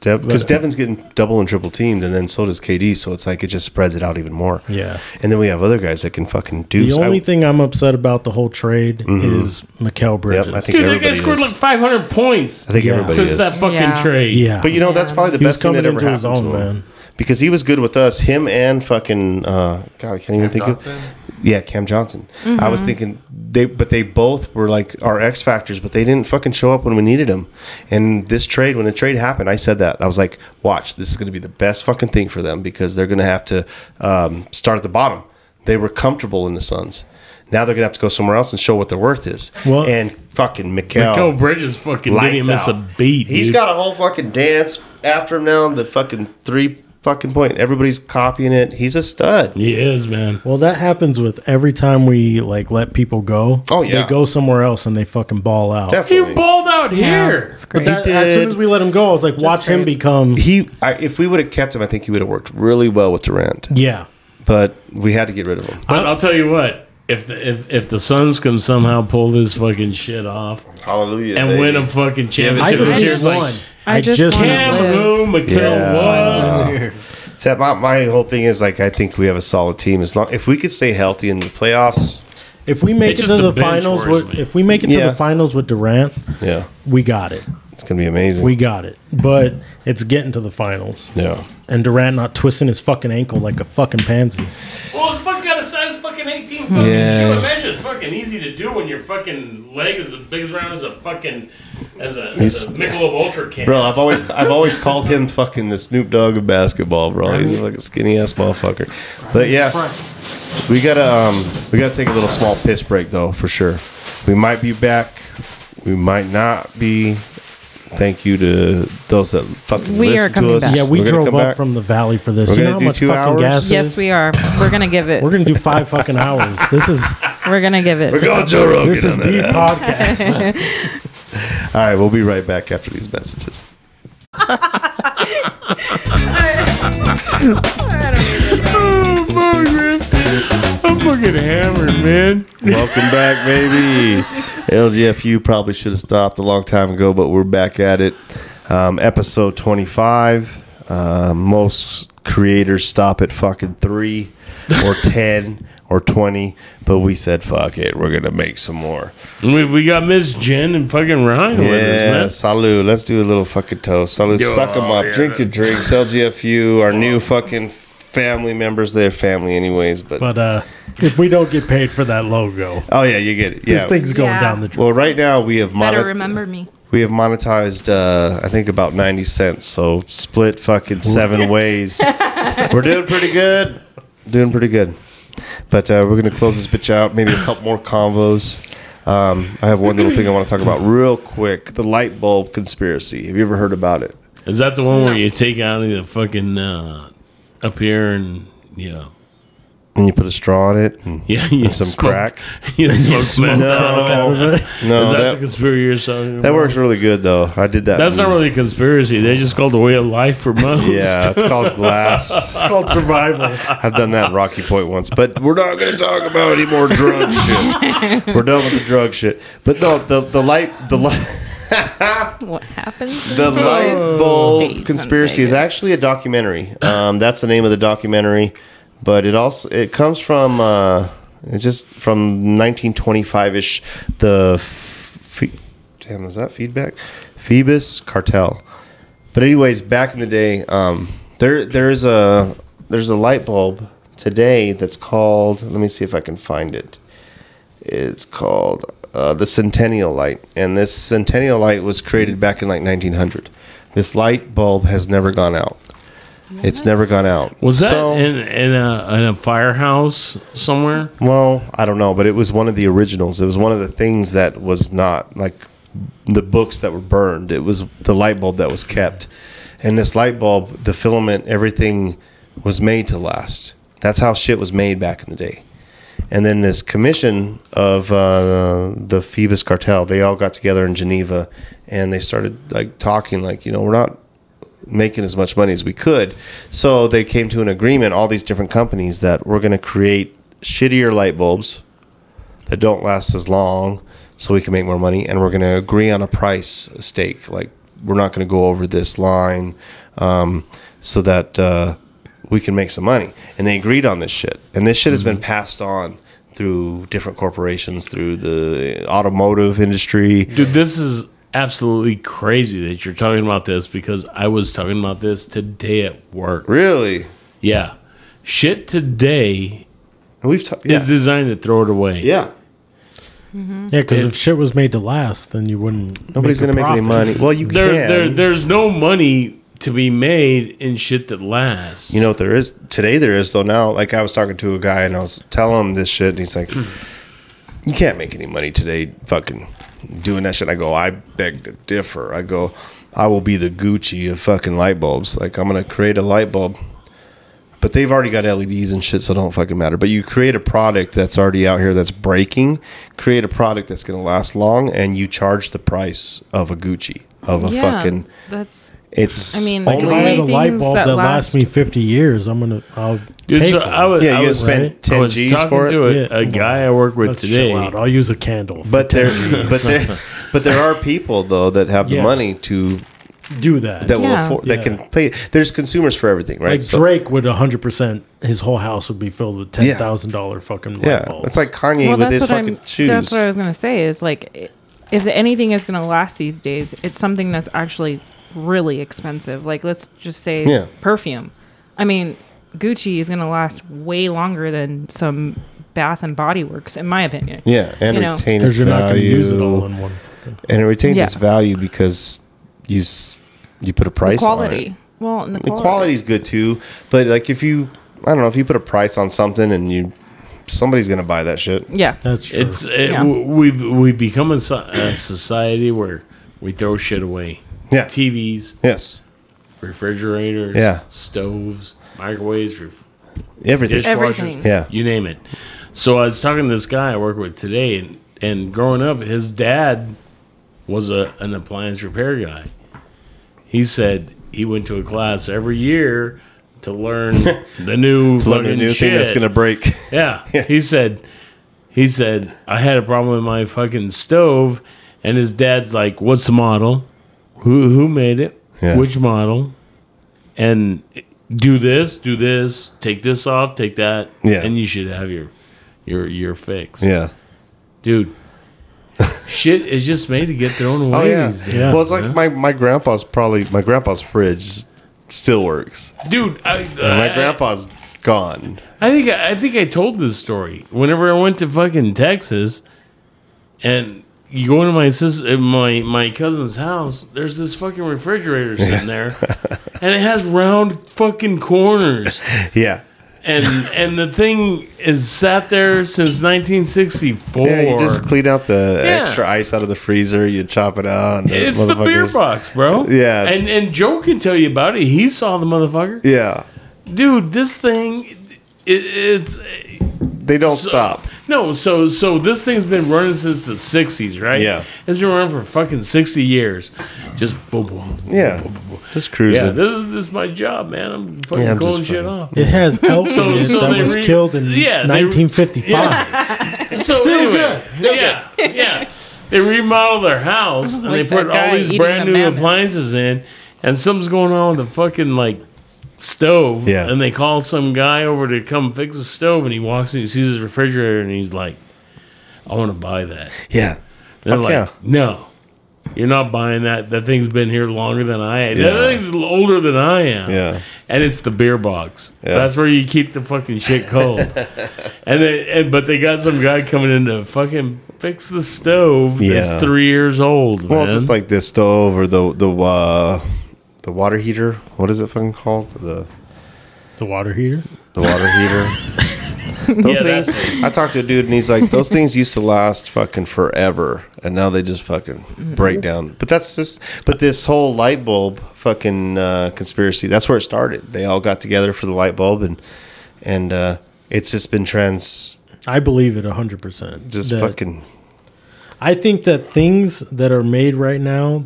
Because Devin's getting double and triple teamed, and then so does KD. So it's like it just spreads it out even more. Yeah. And then we have other guys that can fucking do. The only thing I'm upset about the whole trade is Mikel Bridges. I think dude, that guy everybody scored is. like five hundred points I think Yeah. everybody since is. that fucking Yeah. trade. yeah, but you know, that's probably the He was best thing that ever coming into happened his to him. own, man. Because he was good with us. Him and fucking uh, God, I can't even think Johnson? of. Yeah, Cam Johnson. I was thinking they, but they both were like our X factors, but they didn't fucking show up when we needed them. And this trade, when the trade happened, I said that I was like, "Watch, this is going to be the best fucking thing for them because they're going to have to um, start at the bottom. They were comfortable in the Suns. Now they're going to have to go somewhere else and show what their worth is. Well- and fucking Mikel, Mikel Bridges fucking Oh. Lights didn't miss out. a beat. He's dude. got a whole fucking dance after him now. The fucking three fucking point. Everybody's copying it. He's a stud. He is man. Well, that happens with every time we like let people go. Oh, yeah. they go somewhere else and they fucking ball out. He Definitely. balled out Yeah, here. it's But great. that, He as did. soon as we let him go, I was like, watch him great. become. He, I, if we would have kept him, I think he would have worked really well with Durant. Yeah, But we had to get rid of him. But I'll tell you what. If the, if, if the Suns can somehow pull this fucking shit off Hallelujah. and baby. win a fucking it championship, to this them. year's like I just wanna need- Cam, live. boom, Mikel, Yeah. one. Except my, my whole thing is like I think we have a solid team. As long if we could stay healthy in the playoffs, If we make It's it just to the the, bench finals, worries with, me. if we make it to Yeah. the finals with Durant, Yeah, we got it. it's gonna be amazing. We got it. But it's getting to the finals. yeah, And Durant not twisting his fucking ankle like a fucking pansy. Well, it's fucking got a size fucking 18 fucking Yeah. shoe. Imagine it's fucking easy to do when your fucking leg is as big as round as a fucking as a, as a Michelob Ultra can. bro. I've always I've always called him fucking the Snoop Dogg of basketball, bro. He's like a skinny ass motherfucker. But yeah, we gotta um we gotta take a little small piss break though for sure. We might be back. We might not be. Thank you to those that fucking We are listen coming to us. back. Yeah, we We're gonna drove up come back. from the valley for this. We're you gonna know how do much two fucking hours? gas Yes, is? we are. We're gonna give it. We're gonna do five fucking hours. This is We're gonna give it. We're going Joe Rogan. this is on that the ass. podcast. All right, we'll be right back after these messages. I'm fucking hammered, man. Welcome back, baby. LGFU probably should have stopped a long time ago, but we're back at it. Um, episode 25. Uh, most creators stop at fucking three or 10 or 20, but we said, fuck it. We're going to make some more. We, we got Miss Jen and fucking Ryan with Yeah, us, salud. Let's do a little fucking toast. Salud. Yo, Suck 'em up. yeah. Drink your drinks. LGFU, our new fucking family members. They're family, anyways, but. But uh, if we don't get paid for that logo, Oh yeah, you get it. Yeah. this thing's going Yeah. down the drain. Well, right now we have Better monet- remember me. we have monetized uh, I think about ninety cents. So split fucking seven ways. We're doing pretty good. Doing pretty good. But uh, we're gonna close this bitch out. Maybe a couple more convos. Um, I have one little thing I want to talk about real quick. The light bulb conspiracy. Have you ever heard about it? man. Is that the one where you take out the fucking uh, up here and you know, And you put a straw in it. and- yeah, you some smoke- crack? You smoke meth out of it. No, no, Is that, the that, that, conspiracy you're talking about? works really good though. I did that. That's not in- really a conspiracy. They just called the way of life for most. Yeah, it's called glass. It's called survival. I've done that in Rocky Point once, but we're not going to talk about any more drug shit. We're done with the drug shit. But no, the the light the light What happens? the light bulb States conspiracy and is Vegas. actually a documentary. Um, that's the name of the documentary, but it also it comes from uh, it's just from 1925 ish. The f- damn is that feedback? Phoebus cartel. But anyways, back in the day, um, there there is a there's a light bulb today that's called. Let me see if I can find it. It's called uh, the Centennial Light, and this Centennial Light was created back in like 1900. This light bulb has never gone out. It's never gone out. Was that So- in in a, in a firehouse somewhere? well, I don't know, but it was one of the originals. It was one of the things that was not like the books that were burned. It was the light bulb that was kept. And this light bulb, the filament, everything was made to last. That's how shit was made back in the day. And then this commission of uh, the Phoebus cartel, they all got together in Geneva and they started like talking, like, you know, we're not making as much money as we could. So they came to an agreement, all these different companies, that we're going to create shittier light bulbs that don't last as long so we can make more money. And we're going to agree on a price stake. Like, we're not going to go over this line um, so that uh, we can make some money. And they agreed on this shit. And this shit has Mm-hmm. been passed on through different corporations, through the automotive industry. Dude, this is absolutely crazy that you're talking about this because I was talking about this today at work. Really? Yeah. Shit today And we've talked. is Yeah. designed to throw it away. Yeah. Yeah, because if shit was made to last, then you wouldn't. Nobody's make going a to make any profit. money. Well, you There, can. there there's no money to be made in shit that lasts. You know what there is today? There is though now. Like I was talking to a guy and I was telling him this shit, and he's like, "Hmm, "You can't make any money today, fucking doing that shit." I go, "I beg to differ." I go, "I will be the Gucci of fucking light bulbs. Like I'm gonna create a light bulb, but they've already got LEDs and shit, so it don't fucking matter." But you create a product that's already out here that's breaking. Create a product that's gonna last long, and you charge the price of a Gucci of a yeah, fucking. That's It's I mean, Like if Only I had a light things bulb that that, lasts last- me fifty years, I'm gonna. I'll Dude, pay so for it. I was, Yeah, you I gotta was, spend I 10 was Gs talking for it. to a, Yeah, a come guy I work with Let's today. chill out. I'll use a candle. But there, but there, but there are people though that have the Yeah. money to do that. that will Yeah. afford that Yeah. can pay. There's consumers for everything, right? like So- Drake would 100 percent his whole house would be filled with ten thousand dollar fucking light yeah, bulbs. it's like Kanye well, with that's his what fucking I'm. shoes. That's what I was gonna say. Is like, i- if anything is gonna last these days, it's something that's actually really expensive. Like, let's just say Yeah. perfume. I mean, Gucci is gonna last way longer than some Bath and Body Works, in my opinion. yeah, and You know. retain its because you're not going to value. use it all in one. Fucking. and it retains Yeah. its value because you s- you put a The price on it. quality. Well, and the The quality. quality's good too, but like if you, I don't know, if you put a price on something and you, somebody's gonna buy that shit. Yeah. That's true. It's it, Yeah. w we've we've become a, so- a society where we throw shit away. Yeah. TVs, Yes, refrigerators, Yeah. stoves, microwaves, ref- everything. dishwashers, Everything. Yeah. you name it. So I was talking to this guy I work with today, and and growing up, his dad was a an appliance repair guy. He said he went to a class every year to learn the Learn new a fucking new shit. thing that's gonna break. Yeah. He said he said I had a problem with my fucking stove and his dad's like, "What's the model? Who who made it? Yeah. Which model?" And do this, do this, take this off, take that, Yeah. and you should have your your your fix. Yeah. Dude, shit is just made to get thrown Oh away. yeah. these days, Well, it's like huh? my my grandpa's probably my grandpa's fridge still works. dude, I, And my I- grandpa's gone. I think I think I told this story whenever I went to fucking Texas, and you go into my sis, uh, my my cousin's house. There's this fucking refrigerator sitting there, and it has round fucking corners, Yeah. and and the thing is sat there since 1964. Yeah, you just clean out the Yeah. extra ice out of the freezer. You chop it out. and it's the beer motherfuckers- box, bro. Yeah, it's- and and Joe can tell you about it. He saw the motherfucker, Yeah, dude. This thing, it, it's they don't stop. No, so so this thing's been running since the '60s, right? Yeah. it's been running for fucking sixty years. Just boom, boom. boom, Yeah, boom, boom, boom. just yeah. cruising. This is, this is my job, man. I'm fucking Yeah, I'm cooling just shit fucking- off. it has elk in it so that they was re- killed in yeah, they- 1955. So Still anyway, good, yeah, yeah. They remodeled their house and Like they put that guy all these eating brand the new mammoth. appliances in, and something's going on with the fucking like stove. Yeah. and they call some guy over to come fix the stove, and he walks in, he sees his refrigerator, and he's like, "I want to buy that." Yeah, They're Fuck like, yeah. no, you're not buying that. That thing's been here longer than I am. Yeah. That thing's older than I am. Yeah. And it's the beer box. Yeah. That's where you keep the fucking shit cold. and, they, and but they got some guy coming in to fucking fix the stove Yeah. that's three years old. Well, man. it's just like the stove or the the uh, the water heater. What is it fucking called? The the water heater. the water heater. Those Yeah, that's things. I talked to a dude and he's like, those things used to last fucking forever, and now they just Mm-hmm. fucking break down. But that's just. But this whole light bulb fucking uh, conspiracy. That's where it started. They all got together for the light bulb, and and uh, it's just been trans. I believe it 100. percent Just fucking. I think that things that are made right now,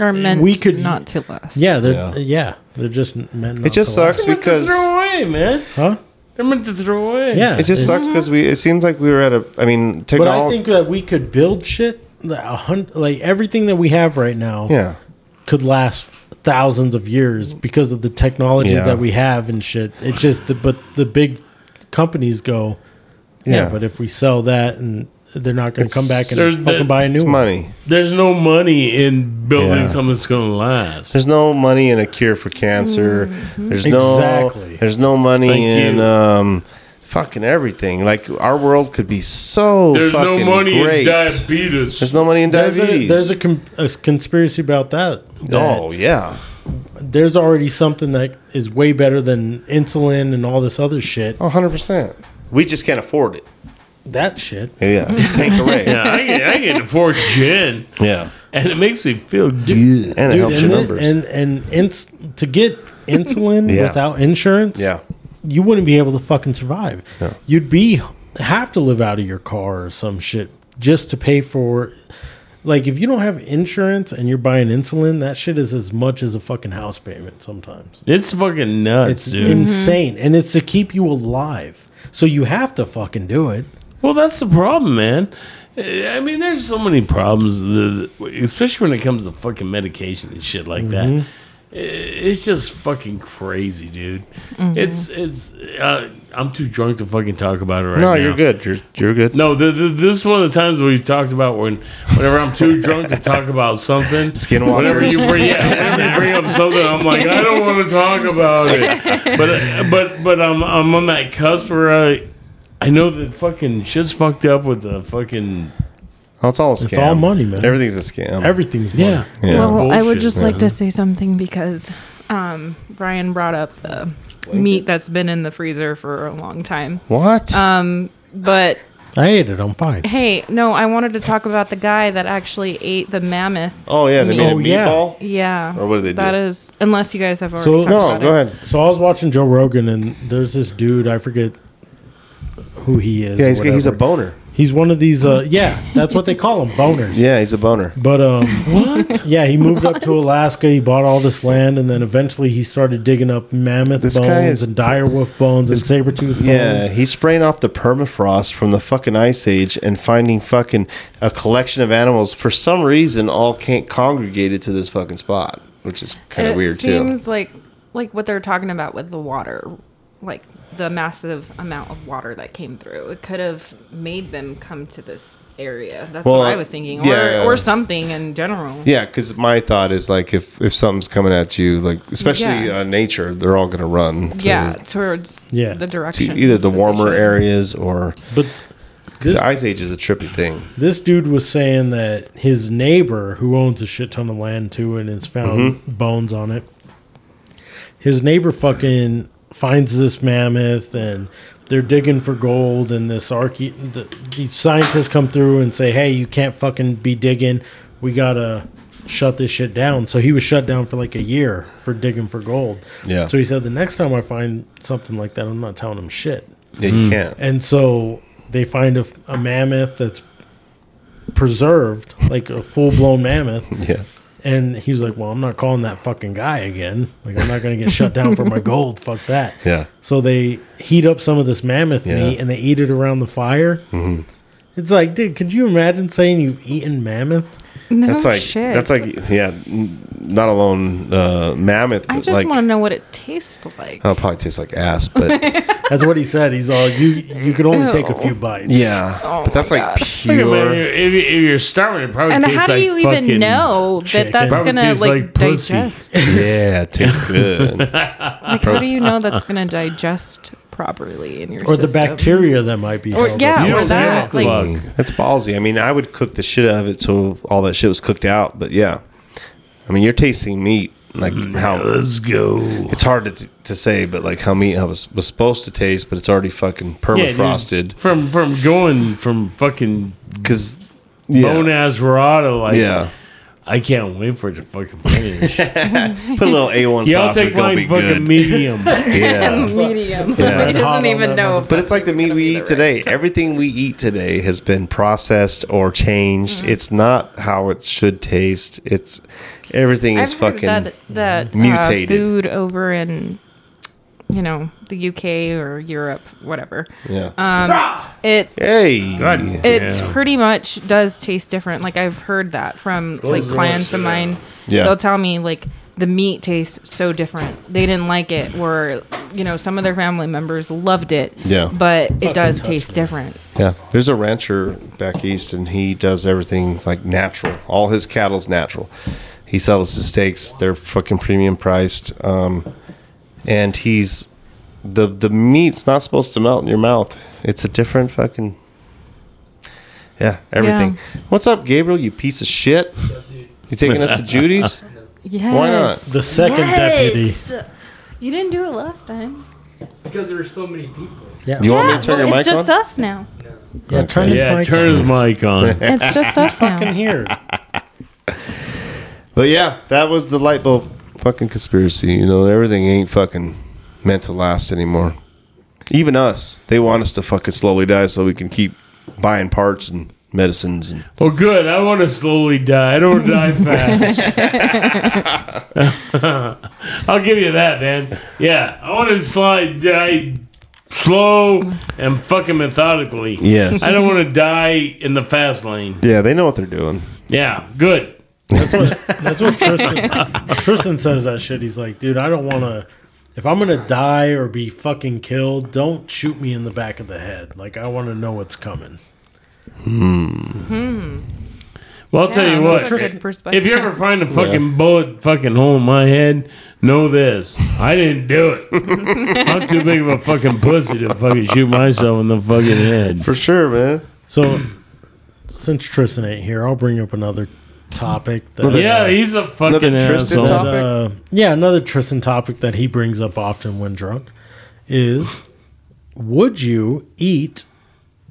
Or meant We could- not to last. yeah, they're yeah, they're just meant. not It just to last. sucks They're meant to because. throw away, man. huh? They're meant to throw away. Yeah, It just sucks because we. It seems like we were at a. I mean, But I technology. think that we could build shit. that A hundred, like everything that we have right now, Yeah. could last thousands of years because of the technology Yeah. that we have and shit. It's just the, but the big companies go, yeah, Yeah. But if we sell that and they're not going to come back and There's fucking the- buy a new It's one. money. There's no money in building Yeah. something that's going to last. There's no money in a cure for cancer. There's no. Exactly. There's no money Thank in you. um, fucking everything. Like our world could be so. There's no fucking money great. in diabetes. There's no money in There's a, diabetes. there's a, con- a conspiracy about that. that Oh yeah. There's already something that is way better than insulin and all this other shit. Oh, 100 percent. We just can't afford it. That shit. Yeah. Tanqueray. Yeah, I can, I can afford gin, Yeah. and it makes me feel good. And it helps your and, the- numbers. and and ins- to get insulin Yeah. without insurance, yeah. you wouldn't be able to fucking survive. You'd be have to live out of your car or some shit just to pay for. Like if you don't have insurance and you're buying insulin, that shit is as much as a fucking house payment sometimes. It's fucking nuts, It's dude. insane, and it's to keep you alive. So you have to fucking do it. well, that's the problem, man. Eh, I mean, there's so many problems, the- especially when it comes to fucking medication and shit like Mm-hmm. that. I- It's just fucking crazy, dude. It's it's. Uh, I'm too drunk to fucking talk about it right No, now. you're good. You're you're good. No, the, the, this is one of the times we talked about when, whenever I'm too drunk to talk about something, Skinwalkers. Whenever you bring, yeah, whenever you bring up something, I'm like, I don't want to talk about it. But but but I'm I'm on that cusp where I, I know that fucking shit's fucked up with the fucking Oh, it's all a scam. It's all money, man. Everything's a scam. Everything's money. yeah. Yeah. Well, I would bullshit, just man. like to say something because um, Brian brought up the meat that's been in the freezer for a long time. what? But I ate it. I'm fine. hey, no, I wanted to talk about the guy that actually ate the mammoth. oh yeah, they made Oh, a yeah. meatball. Yeah. Or what did they That do? is, unless you guys have already So- talked No, about go it. ahead. So I was watching Joe Rogan, and there's this dude. I forget who he is. Yeah, or he's, he's a whatever. boner. He's one of these. Uh, yeah, that's what they call them, boners. Yeah, he's a boner. But um, what? Yeah, he moved up to Alaska. He bought all this land, and then eventually he started digging up mammoth This bones guy is- and dire wolf bones and saber tooth bones. Yeah, he's spraying off the permafrost from the fucking ice age and finding fucking a collection of animals for some reason all can't congregated to this fucking spot, which is kind of it weird too. seems like like what they're talking about with the water, like the massive amount of water that came through. It could have made them come to this area. That's Well, what I was thinking, or yeah. or something in general. Yeah, because my thought is like if if something's coming at you, like especially Yeah. uh, nature, they're all gonna run. To, Yeah, towards Yeah. the to To direction. either the that they warmer should. areas or But because This- ice age is a trippy thing. this dude was saying that his neighbor, who owns a shit ton of land too, and has found Mm-hmm. bones on it, his neighbor fucking finds this mammoth, and they're digging for gold, and this archae, the, these scientists come through and say, "Hey, you can't fucking be digging. We gotta." Shut this shit down. So he was shut down for like a year for digging for gold. Yeah. So he said, the next time I find something like that, I'm not telling him shit. Yeah, Mm. you can't. And so they find a, a mammoth that's preserved, like a full blown mammoth. Yeah. And he's like, Well, I'm not calling that fucking guy again. Like, I'm not going to get shut down for my gold. Fuck that. Yeah. So they heat up some of this mammoth Yeah. meat and they eat it around the fire. Mm-hmm. It's like, dude, could you imagine saying you've eaten mammoth? No That's like Oh, shit. that's like yeah, n- not alone uh, mammoth. But I just like, want to know what it tastes like. I'll probably taste like ass, but That's what he said. He's all, You you could only take a few Ew. bites. yeah, Oh but that's my like God. Look at that, pure. If, you- if you're starving, it probably and tastes how do like you even fucking- know chicken. that that's Probably gonna tastes like, like pussy. digest? Yeah, it tastes good. like, how do you know that's gonna digest properly in your Or the system? bacteria that might be. Or held up yeah, You or don't that. give a Like, fuck. that's ballsy. I mean, I would cook the shit out of it till all that shit was cooked out. But yeah, I mean, you're tasting meat like Mm. how Let's go. it's hard to, to say, but like how meat was, was supposed to taste, but it's already fucking permafrosted dude. from from going from fucking because yeah, bone ass rata like yeah. I can't wait for it to fucking finish. Put a little A one Y'all sauce. It's take gonna mine be fucking good. medium. Yeah. medium. Yeah. he doesn't even know. if But it's that's like the meat gonna be we the eat right- today. Everything we eat today has been processed or changed. Mm-hmm. It's not how it should taste. It's everything I've is fucking heard that that mutated. Uh, food over in you know the UK or Europe, whatever. yeah. um, It hey, it Yeah. pretty much does taste different. Like I've heard that from like as clients much, of mine. yeah. Yeah. They'll tell me like the meat tastes so different. They didn't like it or you know, some of their family members loved it. Yeah. But it does taste different. yeah. There's a rancher back east, and he does everything like natural. All his cattle's natural. He sells his steaks. They're fucking premium priced. Um, and he's the the meat's not supposed to melt in your mouth. It's a different fucking. Yeah, everything. What's up, Gabriel? You piece of shit. You taking us to Judy's? Yes. not? The second deputy. You didn't do it last time. Because there were so many people. Yeah. You want me to turn your it's mic just on? us now. yeah, turn his yeah, mic turn his mic on. It's just us on. now. here. But yeah, that was the light bulb fucking conspiracy. You know, everything ain't fucking meant to last anymore. Even us, they want us to fucking slowly die so we can keep buying parts and medicines and Well, Oh, good. I want to slowly die. I don't die fast. I'll give you that, man. Yeah, I want to slide die slow and fucking methodically. Yes. I don't want to die in the fast lane. Yeah, they know what they're doing. Yeah, good. That's what Tristan, Tristan says that shit. He's like, dude, I don't want to. If I'm gonna die or be fucking killed, don't shoot me in the back of the head. Like I want to know what's coming. Well, I'll tell you Yeah, what. that's a good perspective. If you ever find a fucking bullet fucking hole in my head, know this. I didn't do it. I'm too big of a fucking pussy to fucking shoot myself in the fucking head. For sure, man. So, since Tristan ain't here, I'll bring up another topic. That, Yeah, he's a fucking Another Tristan asshole. topic? uh, yeah, another Tristan topic that he brings up often when drunk is: Would you eat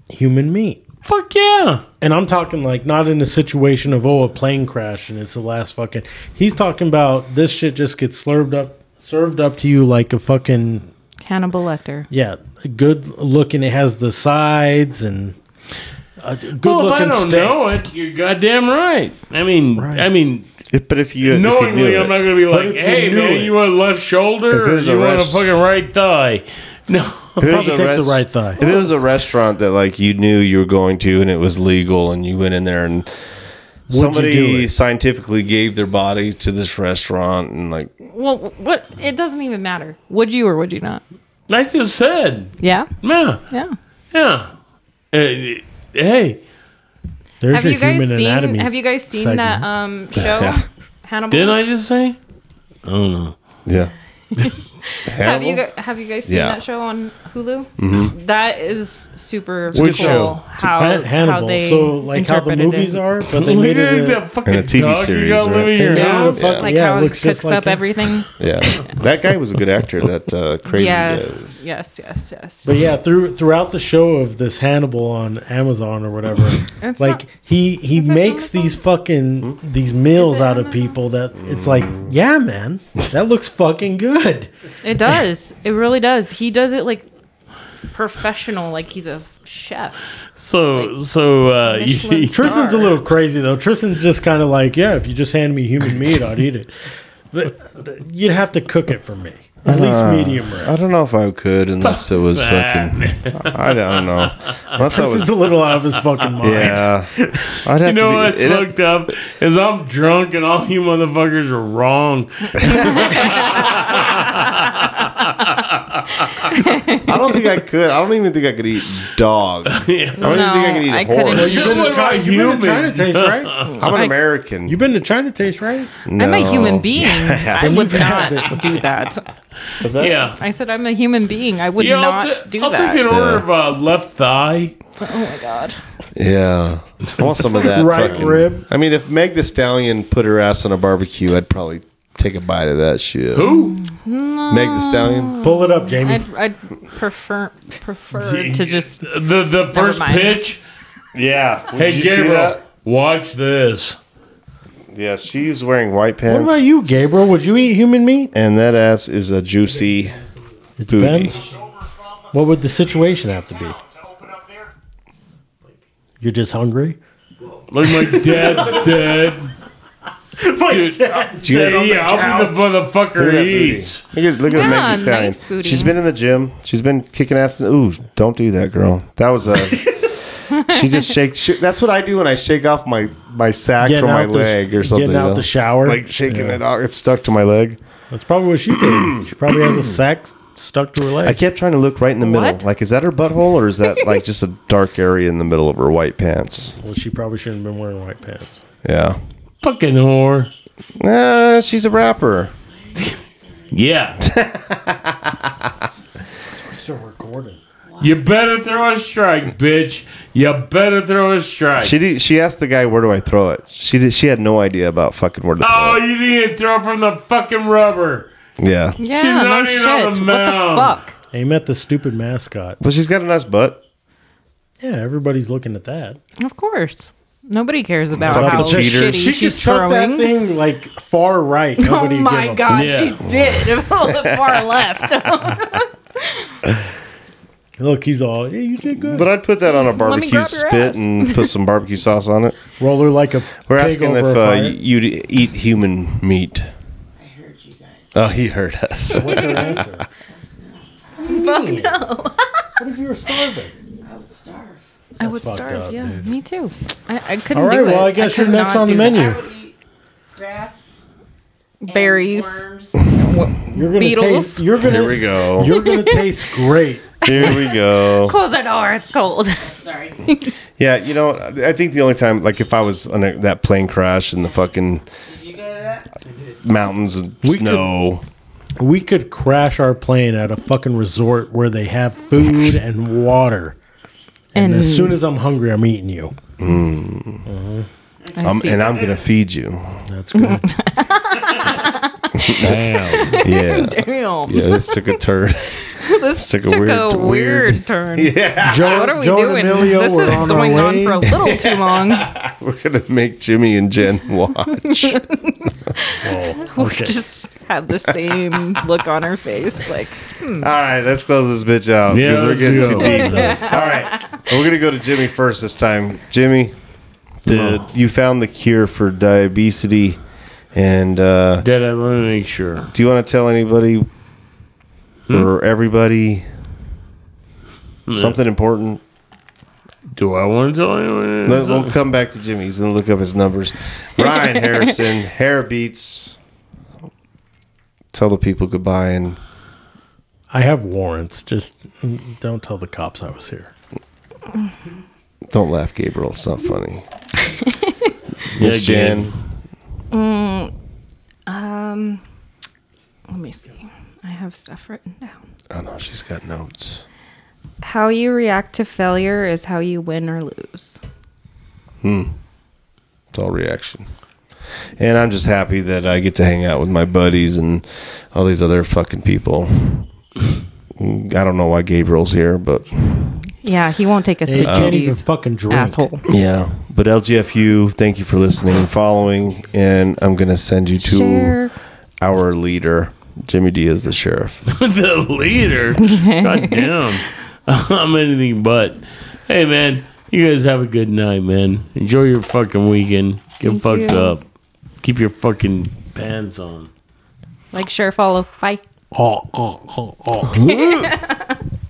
human meat? Fuck yeah. And I'm talking like not in a situation of oh a plane crash and it's the last fucking. He's talking about this shit just gets slurved up, served up to you like a fucking Hannibal Lecter. yeah, good looking. It has the sides and a good Well, if I looking don't steak. know it, you're goddamn right. I mean, I mean, If, but if you if you knowingly, knew I'm it- not going to be like, if you hey, knew man, it- you want a left shoulder If it or was a you want a rest- fucking right thigh? No. if it was Probably a take the res- right thigh. If it was a restaurant that like you knew you were going to and it was legal and you went in there and do somebody it? scientifically gave their body to this restaurant and like Well, what? It doesn't even matter. Would you or would you not? Like you said. Yeah, Yeah. yeah. Yeah. Uh, hey. There's Have your you guys human seen? anatomy Have you guys seen segment. that um show? Yeah. Hannibal. Didn't I just say? I don't know. yeah. Have you Hannibal? gu- have you guys seen Yeah. that show on Hulu? Mm-hmm. That is super a cool. good show. How Han- Hannibal. how they so like how the interpreted movies it. are, but they Look made at it. A, that fucking And a TV dog series, you got right? living in your they made it a house. fucking- Like yeah, how it it looks cooks just like up that. everything. Yeah. that guy was a good actor. That uh, crazy. yes, yes, yes, yes. But yeah, through throughout the show of this Hannibal on Amazon or whatever, It's like not- he he that makes Amazon? these fucking these meals Is it out of Amazon? people that it's like, yeah, man, that looks fucking good. It does. It really does. He does it like professional, like he's a chef. So, so, uh, Michelin you, Tristan's a Star. little crazy though. Tristan's just kind of like, yeah, if you just hand me human meat, I'd eat it. But th- you'd have to cook it for me, at least medium I rare. don't know if I could unless it was that. fucking. I don't know. Unless I Tristan's was. a little out of his fucking mind. Yeah. I'd have you know to what's be, it'd have fucked up is I'm drunk and all you motherfuckers are wrong. I don't think I could. I don't even think I could eat dog. I don't even think I could eat I horse. couldn't. You've been, What to am I, China, you've been to China human? Taste, right? I'm an I- American. You've been to China Taste, right? I'm a No. human being. I Then would you've had not it. do that. Yeah. I said I'm a human being. I would Yeah, not I'll, ta- do I'll that. take an order Yeah. of uh, left thigh. oh my god. yeah. I want some of that. Right fucking, rib. I mean, if Meg the Stallion put her ass on a barbecue, I'd probably take a bite of that shit. Who? Meg the Stallion. Pull it up, Jamie. I'd, I'd prefer prefer to just The the first mind. pitch. Yeah. Hey, Gabriel, watch this. Yeah, she's wearing white pants. What about you, Gabriel? Would you eat human meat? And that ass is a juicy It booty. depends. What would the situation have to be? You're just hungry. Like my dad's dead. Dude, Do you guys- yeah, I'll be the Look at motherfucker that he booty. eats. Look at, look at Yeah, Meg nice Thee Stallion. booty. She's been in the gym. She's been kicking ass. In, ooh, don't do that, girl. That was a. she just shakes. She, that's what I do when I shake off my my sack Getting from my out the sh- leg or something. getting out you know? the shower. like shaking it off. It's stuck to my leg. That's probably what she did. She probably has a sack stuck to her I leg. kept trying to look right in the middle. What? Like, is that her butthole or is that like just a dark area in the middle of her white pants? Well, she probably shouldn't have been wearing white pants. Yeah. Fucking whore. Uh, she's a rapper. Yeah. Still recording. You better throw a strike, bitch. You better throw a strike. She did, she asked the guy, "Where do I throw it?" She did, she had no idea about fucking where to throw oh, it. you need to throw from the fucking rubber. Yeah. Oh, yeah. She's no not even on the shit. What the mound. fuck? Aim at the stupid mascot. But she's got a nice butt. Yeah, everybody's looking at that. Of course. Nobody cares about Fucking how cheater. shitty She She she's could chuck that throwing. thing like far right. Oh Nobody my give a god, Yeah. she did. far left. fuck. Look, he's all. Yeah, you did good. But I'd put that on a Let me barbecue grab your spit ass. and put some barbecue sauce on it. Roller like a. We're pig asking over if a uh, fire. you'd eat human meat. I heard you guys. Oh, he heard us. What's her answer? What if you were starving? I would fucked starve. up, yeah, dude. me too. I, I couldn't All right, do it. well, I guess could you're next not on the do menu. I would eat grass, and Berries. worms. You're gonna Beetles. taste. You're gonna. Here we go. You're gonna taste great. Here we go. Close the door. It's cold. Sorry. Yeah, you know, I think the only time, like, if I was on a, that plane crash in the fucking Did you go to that? mountains and We snow, We could crash our plane at a fucking resort where they have food and water. And, And as soon as I'm hungry, I'm eating you. I I'm, see Um, and I'm that. gonna feed you. That's good. Damn. Yeah, Damn. yeah. This took a turn. this took took a a, weird- weird, weird- turn. Joe, What are we Joe and doing? Emilio this were is on going our on way. for a little too long. We're gonna make Jimmy and Jen watch. We Okay. just have the same look on our face. Like, All right, let's close this bitch out Yeah, because we're let's getting go. too deep. All right, we're gonna go to Jimmy first this time. Jimmy, the you found the cure for diabetes, and uh, Dad, I want to make sure. do you want to tell anybody Hmm? or everybody something important? Do I want to tell anyone? Let's, we'll come back to Jimmy's and look up his numbers. Ryan Harrison, Hair Beats. Tell the people goodbye and I have warrants. Just mm, don't tell the cops I was here. don't laugh, Gabriel. It's not funny. Yeah, Miss Jen, Gabe. let me see. I have stuff written down. oh no, she's got notes. How you react to failure is how you win or lose. It's all reaction. And I'm just happy that I get to hang out with my buddies and all these other fucking people. I don't know why Gabriel's here, but Yeah, he won't take us They to can't even Judy's fucking drink. asshole. yeah. But LGFU, thank you for listening and following. And I'm gonna send you to Share. our leader, Jimmy D is the sheriff. the leader. God damn. I'm anything but. Hey, man, you guys have a good night, man. Enjoy your fucking weekend. Get Thank fucked you. up. Keep your fucking pants on. Like, share, follow. Bye. Oh, oh, oh, oh.